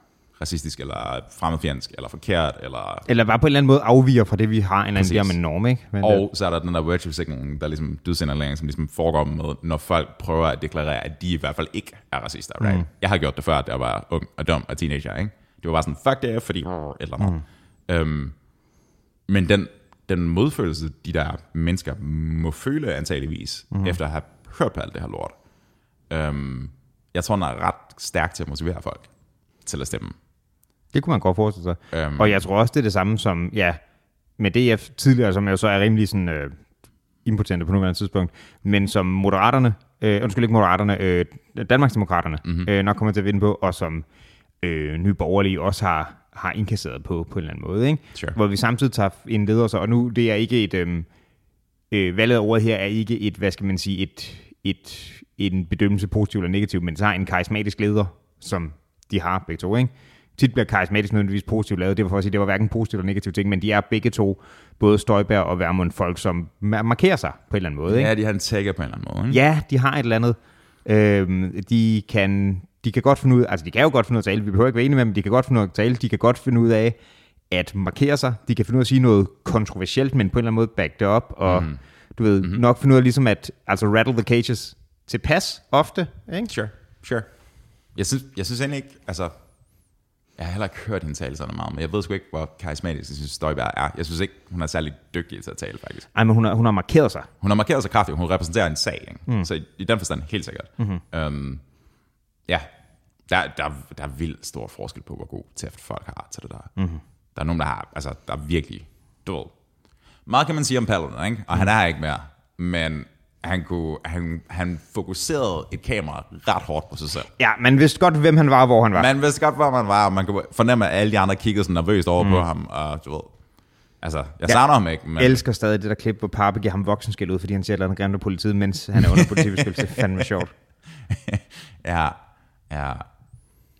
[SPEAKER 1] racistisk, eller fremmedfjendsk, eller forkert, eller
[SPEAKER 2] Eller bare på en eller anden måde afviger fra det, vi har en eller anden idé om
[SPEAKER 1] Præcis.
[SPEAKER 2] en norm, ikke? Men øh, det-
[SPEAKER 1] Og så er der den der virtue signaling, der er ligesom dødsinderlæring, som ligesom foregår med, når folk prøver at deklarere, at de i hvert fald ikke er racister, right? Mm. Jeg har gjort det før, da jeg var ung og dum og teenager, ikke? Det var bare sådan, fuck det, er, fordi et eller andet. Mm. Øhm, men den, den modfølelse, de der mennesker må føle antageligvis, mm. efter at have hørt på alt det her lort, øhm, jeg tror, den er ret stærk til at motivere folk til at stemme.
[SPEAKER 2] det kunne man godt forestille sig.
[SPEAKER 1] Øhm.
[SPEAKER 2] Øhm. Og jeg tror også, det er det samme som, ja, med DF tidligere, som jo så er rimelig sådan øh, impotente på nuværende tidspunkt, men som Moderaterne, øh, undskyld ikke Moderaterne, øh, Danmarksdemokraterne mm-hmm.
[SPEAKER 1] Mhm.
[SPEAKER 2] øh, nok kommer til at vinde på, og som øh, Nye Borgerlige også har, har indkasseret på, på en eller anden måde, ikke?
[SPEAKER 1] Sure.
[SPEAKER 2] Hvor vi samtidig tager en leder så, og nu, det er ikke et... Øh, øh, valget af ordet her er ikke et, hvad skal man sige, et, et, en bedømmelse positiv eller negativ, men så har en karismatisk leder, som de har begge to, ikke? tit bliver karismatisk nødvendigvis positivt lavet. Det var for at sige, det var hverken positivt eller negativt ting, men de er begge to, både Støjberg og Værmund, folk, som ma- markerer sig på en eller anden måde. Ikke?
[SPEAKER 1] Ja, de har en tagger på en eller anden måde. Ikke?
[SPEAKER 2] Ja, de har et eller andet. Øhm, de kan de kan godt finde ud, altså de kan jo godt finde ud af at tale, vi behøver ikke være enige med dem, de kan godt finde ud af at tale, de kan godt finde ud af at markere sig, de kan finde ud af at sige noget kontroversielt, men på en eller anden måde back det op, og mm. du ved, mm-hmm. nok finde ud af ligesom at, altså rattle the cages tilpas ofte, ikke?
[SPEAKER 1] Sure, sure. Jeg synes, jeg synes egentlig ikke, altså, jeg har heller ikke hørt hende tale sådan meget, men jeg ved sgu ikke, hvor karismatisk jeg synes Støjberg er. Jeg synes ikke, hun er særlig dygtig til at tale, faktisk.
[SPEAKER 2] Ej, men hun har, hun har markeret sig.
[SPEAKER 1] Hun har markeret sig kraftigt, hun repræsenterer en sag, ikke? Mm. så i, i den forstand helt sikkert. Mm-hmm. Øhm, ja, der, der, der er vildt stor forskel på, hvor god tæft folk har til det der. Mm-hmm. Der er nogen, der har, altså, der er virkelig død. Meget kan man sige om Paludan, ikke? og han er ikke mere, men han, kunne, han, han fokuserede et kamera ret hårdt på sig selv.
[SPEAKER 2] Ja, man vidste godt, hvem han var, og hvor han var.
[SPEAKER 1] Man vidste godt, hvor man var, og man kunne fornemme, at alle de andre kiggede sådan nervøst over mm. på ham, og du ved, altså, jeg ja. savner ham ikke, men
[SPEAKER 2] Jeg elsker stadig det der klip, hvor Pape giver ham voksenskæld ud, fordi han siger et eller andet grimt af politiet, mens han er under politibeskyttelse. Det er fandme sjovt.
[SPEAKER 1] ja, ja.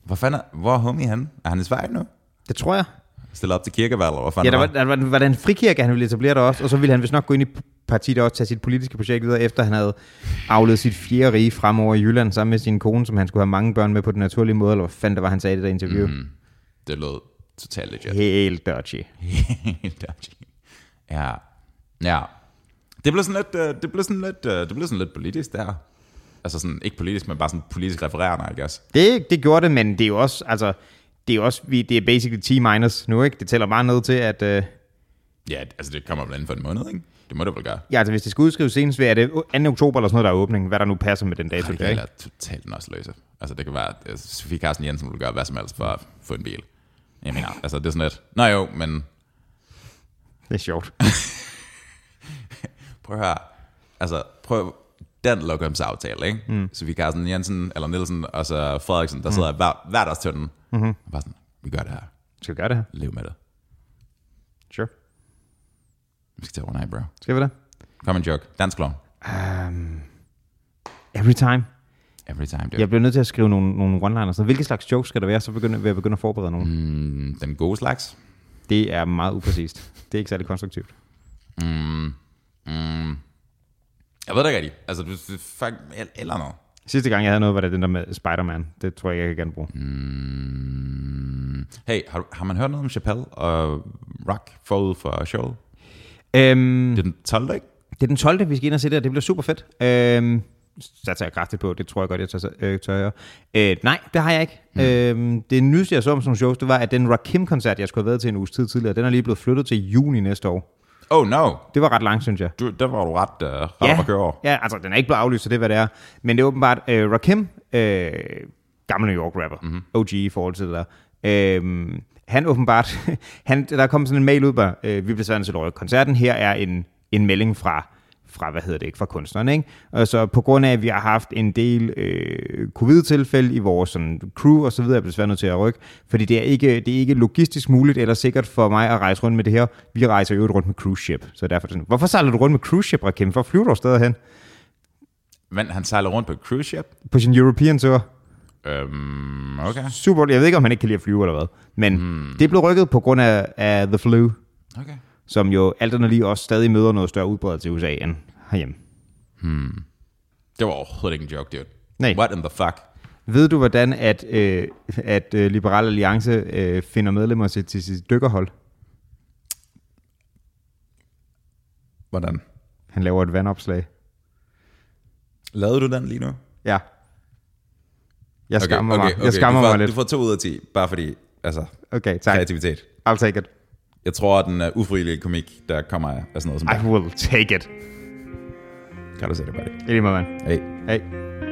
[SPEAKER 1] Hvor fanden er, hvor er homie han? Er han i Sverige nu?
[SPEAKER 2] Det tror jeg.
[SPEAKER 1] Stiller op til kirkevalg, eller hvor fanden
[SPEAKER 2] Ja, der var,
[SPEAKER 1] er han?
[SPEAKER 2] der var, var der en frikirke, han ville etablere der også, og så ville han vist nok gå ind i partiet og også tage sit politiske projekt videre, efter han havde afledt sit fjerde rige fremover i Jylland sammen med sin kone, som han skulle have mange børn med på den naturlige måde, eller hvad fanden det var, han sagde i det der interview. Mm.
[SPEAKER 1] Det lød totalt legit.
[SPEAKER 2] Helt dodgy.
[SPEAKER 1] Helt dodgy. Ja. Ja. Det blev sådan lidt, øh, det blev sådan lidt, øh, det blev sådan lidt politisk, der. Altså sådan, ikke politisk, men bare sådan politisk refererende, I guess.
[SPEAKER 2] Det, det gjorde det, men det er jo også, altså, det er jo også, vi, det er basically T-minus nu, ikke? Det tæller bare ned til, at, øh,
[SPEAKER 1] Ja, altså det kommer vel inden for en måned, ikke? Det må det vel gøre.
[SPEAKER 2] ja, altså hvis det skal udskrives senest, hvad er det 2. oktober eller sådan noget, der er åbningen, hvad der nu passer med den dato.
[SPEAKER 1] Det
[SPEAKER 2] der, ikke?
[SPEAKER 1] er totalt nødsløse. Altså det kan være, at øh, Sofie Carsten Jensen vil gøre hvad som helst for at få en bil. Jeg mener, altså det er sådan lidt, nej jo, men
[SPEAKER 2] Det er sjovt.
[SPEAKER 1] prøv at høre, altså prøv den lokumsaftale, ikke? Mm. Sofie Carsten Jensen, eller Nielsen, og så Frederiksen, der sidder mm. hver, hver deres tønden. Mm-hmm. Og bare sådan, vi gør det her,
[SPEAKER 2] Skal vi gøre det her?
[SPEAKER 1] lev med det.
[SPEAKER 2] Sure.
[SPEAKER 1] Vi skal til over bro.
[SPEAKER 2] Skal vi det?
[SPEAKER 1] Kom en joke. Dansk lov. Øhm.
[SPEAKER 2] Um, every time.
[SPEAKER 1] Every time, dude.
[SPEAKER 2] Jeg bliver nødt til at skrive nogle, nogle one-liners. Sådan, Hvilke slags jokes skal der være? Så begynder, vil jeg begynde at forberede nogle. Mm.
[SPEAKER 1] Mm, den gode slags.
[SPEAKER 2] Det er meget upræcist. Det er ikke særlig konstruktivt.
[SPEAKER 1] Jeg ved det ikke rigtigt. Altså, du, du, fuck, el- eller noget.
[SPEAKER 2] Sidste gang, jeg havde noget, var det den der med Spider-Man. Det tror jeg, ikke, jeg kan genbruge. Mm.
[SPEAKER 1] Hey, har, har man hørt noget om Chappelle og Rock forud for showet?
[SPEAKER 2] Øhm,
[SPEAKER 1] Det er den 12. ikke?
[SPEAKER 2] det er den 12. vi skal ind og se det, og det bliver super fedt. Øhm, satser jeg kraftigt på. Det tror jeg godt, jeg tør, øh, tør jeg. Øh, nej, det har jeg ikke. Mm. Øhm, det nyeste, jeg så om sådan nogle shows, det var, at den Rakim-koncert, jeg skulle have været til en uges tid tidligere, den er lige blevet flyttet til juni næste år.
[SPEAKER 1] Oh no,
[SPEAKER 2] Det var ret langt, synes jeg.
[SPEAKER 1] du, der var du ret, uh, ret ja. op at køre over.
[SPEAKER 2] ja, altså den er ikke blevet aflyst, så det er, hvad det er. Men det er åbenbart øh, Rakim, øh, gammel New York rapper, mm-hmm. OG i forhold til det der. Øh, han åbenbart, han, der kom sådan en mail ud, bare, øh, vi bliver svært til at koncerten. Her er en, en melding fra fra, hvad hedder det ikke, fra kunstneren, ikke? Og så på grund af, at vi har haft en del øh, covid-tilfælde i vores sådan, crew og så videre, er jeg desværre nødt til at rykke, fordi det er, ikke, det er ikke logistisk muligt eller sikkert for mig at rejse rundt med det her. Vi rejser jo rundt med cruise ship, så derfor er det sådan, hvorfor sejler du rundt med cruise ship, Rakim? For flyver du afsted hen?
[SPEAKER 1] Men han sejler rundt på et cruise ship.
[SPEAKER 2] på sin European Tour.
[SPEAKER 1] Øhm, okay.
[SPEAKER 2] Super, jeg ved ikke, om han ikke kan lide at flyve eller hvad. Men mm. det blev rykket på grund af, af The Flu,
[SPEAKER 1] okay.
[SPEAKER 2] som jo alt andet lige også stadig møder noget større udbredelse i USA end herhjemme.
[SPEAKER 1] Det var overhovedet ikke en joke, dude.
[SPEAKER 2] Nej.
[SPEAKER 1] What in the fuck?
[SPEAKER 2] Ved du, hvordan at, øh, at øh, Liberal Alliance øh, finder medlemmer til, til sit dykkerhold?
[SPEAKER 1] Hvordan?
[SPEAKER 2] Han laver et vandopslag.
[SPEAKER 1] Lavede du den lige nu?
[SPEAKER 2] Ja. Jeg skammer mig. Jeg skammer
[SPEAKER 1] du får,
[SPEAKER 2] mig
[SPEAKER 1] Du
[SPEAKER 2] lidt.
[SPEAKER 1] får 2 ud af 10, bare fordi, altså,
[SPEAKER 2] Okay, tak.
[SPEAKER 1] kreativitet.
[SPEAKER 2] I'll take it.
[SPEAKER 1] Jeg tror, at den uh, ufrivillige komik, der kommer af sådan noget som
[SPEAKER 2] I will take it.
[SPEAKER 1] Kan du se det, buddy?
[SPEAKER 2] Elie, man.
[SPEAKER 1] Hey.
[SPEAKER 2] Hey.